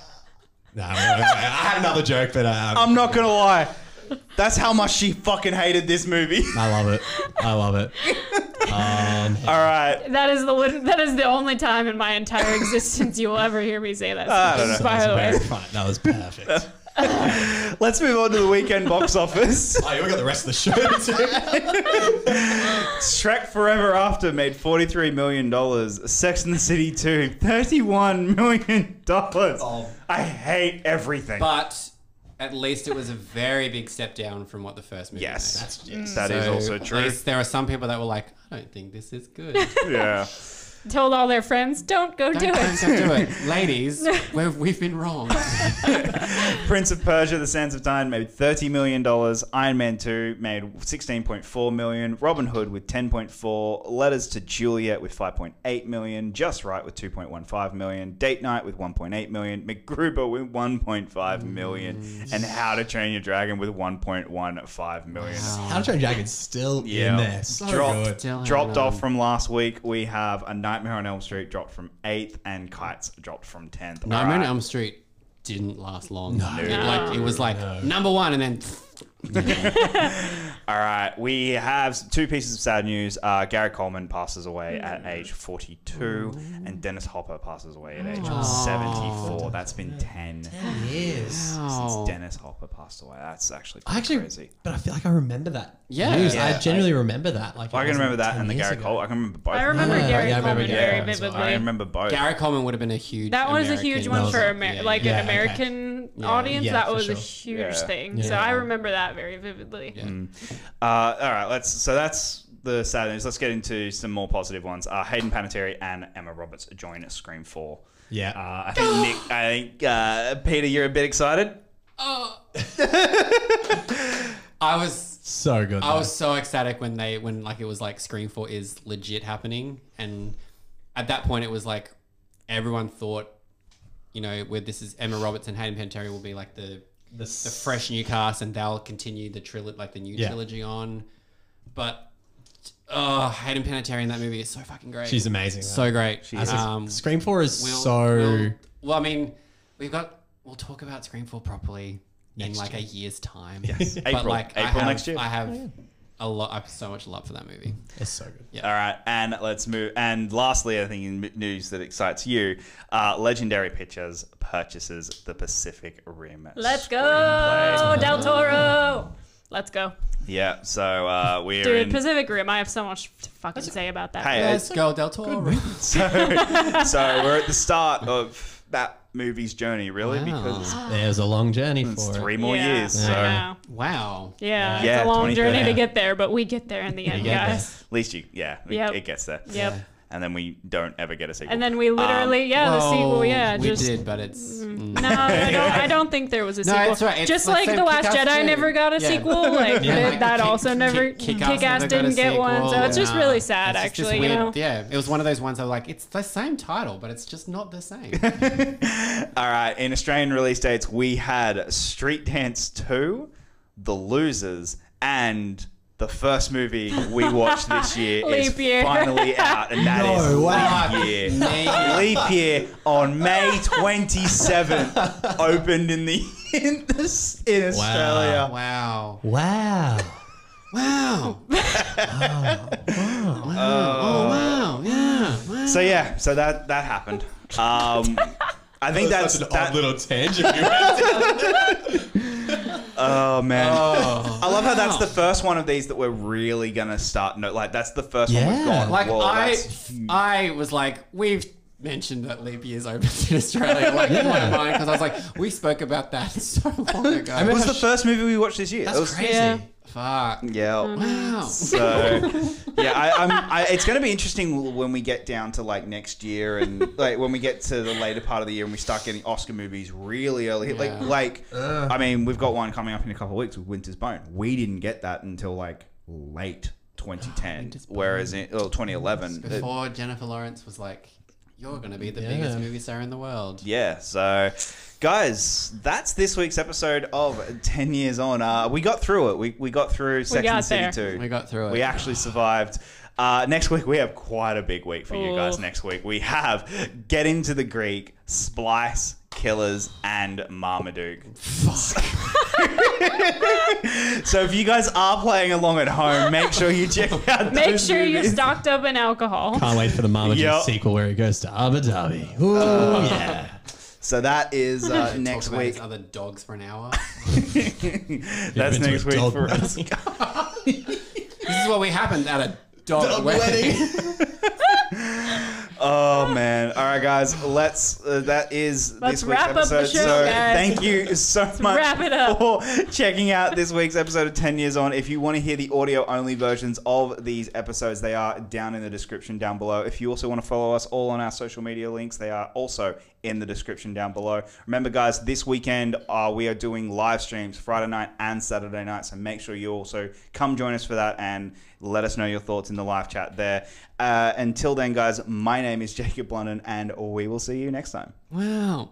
[SPEAKER 5] No, I'm not- I had another joke, but um,
[SPEAKER 4] I'm not gonna lie. That's how much she fucking hated this movie.
[SPEAKER 5] I love it. I love it. Um,
[SPEAKER 4] All right.
[SPEAKER 1] That is the lit- that is the only time in my entire existence you will ever hear me say that.
[SPEAKER 4] I don't know.
[SPEAKER 1] By the
[SPEAKER 5] that
[SPEAKER 1] way,
[SPEAKER 5] was very fun. That was perfect.
[SPEAKER 4] Let's move on to the weekend box office.
[SPEAKER 5] Oh, we got the rest of the show too.
[SPEAKER 4] Shrek Forever After made $43 million. Sex and the City 2, $31 million. I hate everything.
[SPEAKER 6] But at least it was a very big step down from what the first movie.
[SPEAKER 4] yes,
[SPEAKER 5] That's- yes.
[SPEAKER 4] that is
[SPEAKER 6] made.
[SPEAKER 4] also
[SPEAKER 6] At
[SPEAKER 4] true.
[SPEAKER 6] least there are some people that were like, I don't think this is good.
[SPEAKER 4] Yeah.
[SPEAKER 1] told all their friends, don't go do
[SPEAKER 6] Don't,
[SPEAKER 1] it.
[SPEAKER 6] don't do it. Ladies, we've, we've been wrong.
[SPEAKER 3] Prince of Persia: The Sands of Time made thirty million dollars. Iron Man Two made sixteen point four million. Robin Hood with ten point four. Letters to Juliet with five point eight million. Just Right with two point one five million. Date Night with one point eight million. MacGruber with one point five million. And How to Train Your Dragon with one point one five million.
[SPEAKER 5] How to Train Your Dragon's still in there. So
[SPEAKER 3] dropped
[SPEAKER 5] good.
[SPEAKER 6] Dylan,
[SPEAKER 3] dropped
[SPEAKER 6] um,
[SPEAKER 3] off from last week. We have a Nightmare on Elm Street dropped from eighth, and Kites dropped from tenth.
[SPEAKER 6] Nightmare on Elm Street didn't last long. No. It, like, it was like
[SPEAKER 5] No.
[SPEAKER 6] number one and then
[SPEAKER 3] All right, we have two pieces of sad news. Uh, Gary Coleman passes away at
[SPEAKER 5] Mm.
[SPEAKER 3] age 42, and Dennis Hopper passes away at age 74. That's been 10
[SPEAKER 5] Yes.
[SPEAKER 6] Wow.
[SPEAKER 3] since Dennis Hopper passed away. That's actually
[SPEAKER 5] Oh. I
[SPEAKER 3] pretty
[SPEAKER 5] actually,
[SPEAKER 3] crazy.
[SPEAKER 5] but I feel like I remember that.
[SPEAKER 6] Yeah.
[SPEAKER 5] news.
[SPEAKER 6] Yeah,
[SPEAKER 5] I genuinely remember that.
[SPEAKER 3] I
[SPEAKER 5] Like, it
[SPEAKER 3] can
[SPEAKER 5] wasn't
[SPEAKER 3] remember that
[SPEAKER 5] 10
[SPEAKER 3] and the
[SPEAKER 5] years
[SPEAKER 3] Gary
[SPEAKER 5] ago.
[SPEAKER 3] Cole. I can remember both.
[SPEAKER 1] I remember
[SPEAKER 5] Yeah,
[SPEAKER 1] Gary
[SPEAKER 5] yeah, I remember
[SPEAKER 1] Coleman
[SPEAKER 5] Gary
[SPEAKER 1] very
[SPEAKER 5] Coleman as well.
[SPEAKER 1] vividly.
[SPEAKER 3] I remember both.
[SPEAKER 6] Gary Coleman would have been a huge.
[SPEAKER 1] That one was a
[SPEAKER 6] American-
[SPEAKER 1] huge one for
[SPEAKER 5] That
[SPEAKER 1] Amer-
[SPEAKER 6] yeah,
[SPEAKER 1] like
[SPEAKER 5] yeah,
[SPEAKER 1] an
[SPEAKER 5] okay.
[SPEAKER 1] American audience.
[SPEAKER 5] Yeah,
[SPEAKER 1] that
[SPEAKER 5] for
[SPEAKER 1] was a
[SPEAKER 5] sure.
[SPEAKER 1] huge
[SPEAKER 3] Yeah.
[SPEAKER 1] thing. So
[SPEAKER 5] Yeah.
[SPEAKER 1] I remember that very vividly.
[SPEAKER 3] Uh, all right, let's. So that's the sad news. Let's get into some more positive ones. Uh, Hayden Panettiere and Emma Roberts join Scream Four.
[SPEAKER 5] Yeah.
[SPEAKER 3] Uh, I think Nick. I think uh, Peter, you're a bit excited.
[SPEAKER 6] I was
[SPEAKER 5] so good.
[SPEAKER 6] I was so ecstatic when they when like it was like Scream Four is legit happening, and at that point it was like everyone thought, you know, where this is Emma Roberts and Hayden Panettiere will be like the
[SPEAKER 5] the,
[SPEAKER 6] the fresh new cast, and they'll continue the trilogy like the new
[SPEAKER 5] Yeah.
[SPEAKER 6] trilogy on. But oh, Hayden Panettiere in that movie is so fucking great.
[SPEAKER 5] She's amazing. though.
[SPEAKER 6] so great.
[SPEAKER 5] As a-
[SPEAKER 6] Um,
[SPEAKER 5] Scream Four is
[SPEAKER 6] We'll,
[SPEAKER 5] so.
[SPEAKER 6] we'll- well, I mean, we've got. We'll talk about Scream Four properly in
[SPEAKER 5] Next
[SPEAKER 6] like
[SPEAKER 5] year.
[SPEAKER 6] a year's time.
[SPEAKER 5] Yes.
[SPEAKER 6] But
[SPEAKER 3] April.
[SPEAKER 6] like, I
[SPEAKER 3] April
[SPEAKER 6] have-
[SPEAKER 3] next year.
[SPEAKER 6] I
[SPEAKER 1] Oh,
[SPEAKER 6] have a lot. I have so much love for that movie.
[SPEAKER 5] It's so good.
[SPEAKER 3] All right, and let's move. And lastly, I think in news that excites you, uh, Legendary Pictures purchases the Pacific Rim.
[SPEAKER 1] Let's go,
[SPEAKER 3] screenplay.
[SPEAKER 1] Del Toro. Let's go,
[SPEAKER 3] Yeah, so uh, we're
[SPEAKER 1] dude.
[SPEAKER 3] in.
[SPEAKER 1] Pacific Rim. I have so much to fucking say about that.
[SPEAKER 3] Hey,
[SPEAKER 6] Let's go, Del Toro.
[SPEAKER 3] so, so we're at the start of that movie's journey, really,
[SPEAKER 6] Wow.
[SPEAKER 3] because
[SPEAKER 5] It was a long journey for
[SPEAKER 3] it's
[SPEAKER 5] it.
[SPEAKER 3] three more
[SPEAKER 1] Yeah,
[SPEAKER 3] years. So
[SPEAKER 1] I know.
[SPEAKER 6] Wow.
[SPEAKER 1] Yeah,
[SPEAKER 3] Yeah,
[SPEAKER 1] it's a long
[SPEAKER 3] 23.
[SPEAKER 1] journey to get there, but we get there in the end,
[SPEAKER 5] get
[SPEAKER 1] guys.
[SPEAKER 3] at least you, yeah, it-
[SPEAKER 1] Yep.
[SPEAKER 3] it gets there.
[SPEAKER 1] Yep.
[SPEAKER 3] And then we don't ever get a sequel.
[SPEAKER 1] And then we literally, yeah, the sequel,
[SPEAKER 6] Um, Well,
[SPEAKER 1] yeah,
[SPEAKER 6] we
[SPEAKER 1] just
[SPEAKER 6] did, but it's mm.
[SPEAKER 1] no, I don't, I don't think there was a
[SPEAKER 6] No,
[SPEAKER 1] sequel.
[SPEAKER 6] it's right, it's
[SPEAKER 1] just
[SPEAKER 6] like
[SPEAKER 1] like The
[SPEAKER 6] same
[SPEAKER 1] Last
[SPEAKER 6] Kick-Ass
[SPEAKER 1] Jedi
[SPEAKER 6] too.
[SPEAKER 1] never got a
[SPEAKER 6] Yeah.
[SPEAKER 1] sequel, like
[SPEAKER 5] Yeah,
[SPEAKER 1] that,
[SPEAKER 5] like
[SPEAKER 1] that
[SPEAKER 6] Kick-
[SPEAKER 1] also never
[SPEAKER 6] Kick-
[SPEAKER 1] Kick,
[SPEAKER 6] Kick-Ass
[SPEAKER 1] Ass
[SPEAKER 6] never got a
[SPEAKER 1] didn't get one, so
[SPEAKER 6] sequel.
[SPEAKER 1] it's just
[SPEAKER 6] Nah.
[SPEAKER 1] really sad,
[SPEAKER 6] It's just this
[SPEAKER 1] actually. You
[SPEAKER 6] weird-
[SPEAKER 1] know,
[SPEAKER 6] Yeah, it was one of those ones I was like, it's the same title, but it's just not the same.
[SPEAKER 3] All right, in Australian release dates, we had Street Dance 2, The Losers, and the first movie we watched this year is
[SPEAKER 1] Leap year.
[SPEAKER 3] finally out, and that is
[SPEAKER 5] No, Oh, wow.
[SPEAKER 3] Leap Year. Leap Year on May 27th opened in the in, the, in Australia.
[SPEAKER 6] wow.
[SPEAKER 5] Wow.
[SPEAKER 6] Wow. wow. Wow. Oh, wow. Yeah. Wow.
[SPEAKER 3] So yeah, so that that happened. Um, I think that's that,
[SPEAKER 5] little tangent. You went down.
[SPEAKER 3] Oh man, I love how that's the first one of these that we're really gonna start. No, like that's the first one we've
[SPEAKER 6] Oh
[SPEAKER 5] Yeah.
[SPEAKER 3] gone.
[SPEAKER 6] Like
[SPEAKER 3] whoa,
[SPEAKER 6] I,
[SPEAKER 3] that's huge.
[SPEAKER 6] I was like, we've mentioned that leap years opens in Australia, like in my
[SPEAKER 5] Yeah.
[SPEAKER 6] mind, because I was like, we spoke about that so long ago.
[SPEAKER 5] mean,
[SPEAKER 3] It was the first movie we watched this year. It was-
[SPEAKER 5] That's crazy.
[SPEAKER 1] Yeah.
[SPEAKER 6] Fuck. Mm-hmm.
[SPEAKER 3] Yeah.
[SPEAKER 6] Wow.
[SPEAKER 3] So yeah, I, I'm. I, it's going to be interesting when we get down to like next year and like when we get to the later part of the year and we start getting Oscar movies really early.
[SPEAKER 6] Yeah.
[SPEAKER 3] Like, like I mean, we've got one coming up in a couple of weeks with Winter's Bone. We didn't get that until like late 2010, whereas oh, in well, 2011. it-
[SPEAKER 6] Before Jennifer Lawrence was like, you're going to be the
[SPEAKER 5] Yeah.
[SPEAKER 6] biggest movie star in the world.
[SPEAKER 3] yeah. So, guys, that's this week's episode of 10 Years On. Uh, we got through it. We, we got through Sex
[SPEAKER 1] got
[SPEAKER 3] and City
[SPEAKER 1] there.
[SPEAKER 3] 2.
[SPEAKER 6] We got through it.
[SPEAKER 3] We actually survived. Uh, next week, we have quite a big week for you guys.
[SPEAKER 1] Ooh.
[SPEAKER 3] Next week, we have Get Into the Greek, Splice, Killers, and Marmaduke. so if you guys are playing along at home, make sure you check out
[SPEAKER 1] make
[SPEAKER 3] those
[SPEAKER 1] sure you're
[SPEAKER 3] movies.
[SPEAKER 1] stocked up in alcohol.
[SPEAKER 5] Can't wait for the Marmaduke
[SPEAKER 3] Yep.
[SPEAKER 5] sequel where he goes to Abu Dhabi. Ooh, yeah.
[SPEAKER 3] So that is uh,
[SPEAKER 6] Talk
[SPEAKER 3] next
[SPEAKER 6] about
[SPEAKER 3] week.
[SPEAKER 6] these other dogs for an hour.
[SPEAKER 3] That's
[SPEAKER 5] been to
[SPEAKER 3] next
[SPEAKER 5] a
[SPEAKER 3] week
[SPEAKER 5] dog
[SPEAKER 3] for us.
[SPEAKER 6] this is what we happened at a dog, wedding.
[SPEAKER 4] Oh man! All right, guys. Let's. Uh, that is
[SPEAKER 1] Let's
[SPEAKER 4] this week's
[SPEAKER 1] wrap up the
[SPEAKER 4] episode.
[SPEAKER 1] show,
[SPEAKER 4] so
[SPEAKER 1] guys.
[SPEAKER 4] thank you so much
[SPEAKER 1] wrap it up.
[SPEAKER 4] for checking out this week's episode of Ten Years On. If you want to hear the audio only versions of these episodes, they are down in the description down below. If you also want to follow us all on our social media links, they are also in the description down below. Remember, guys, this weekend uh, we are doing live streams Friday night and Saturday night. So make sure you also come join us for that and let us know your thoughts in the live chat there. Uh, until then, guys, my name is Jacob Blunden, and we will see you next time.
[SPEAKER 6] Wow.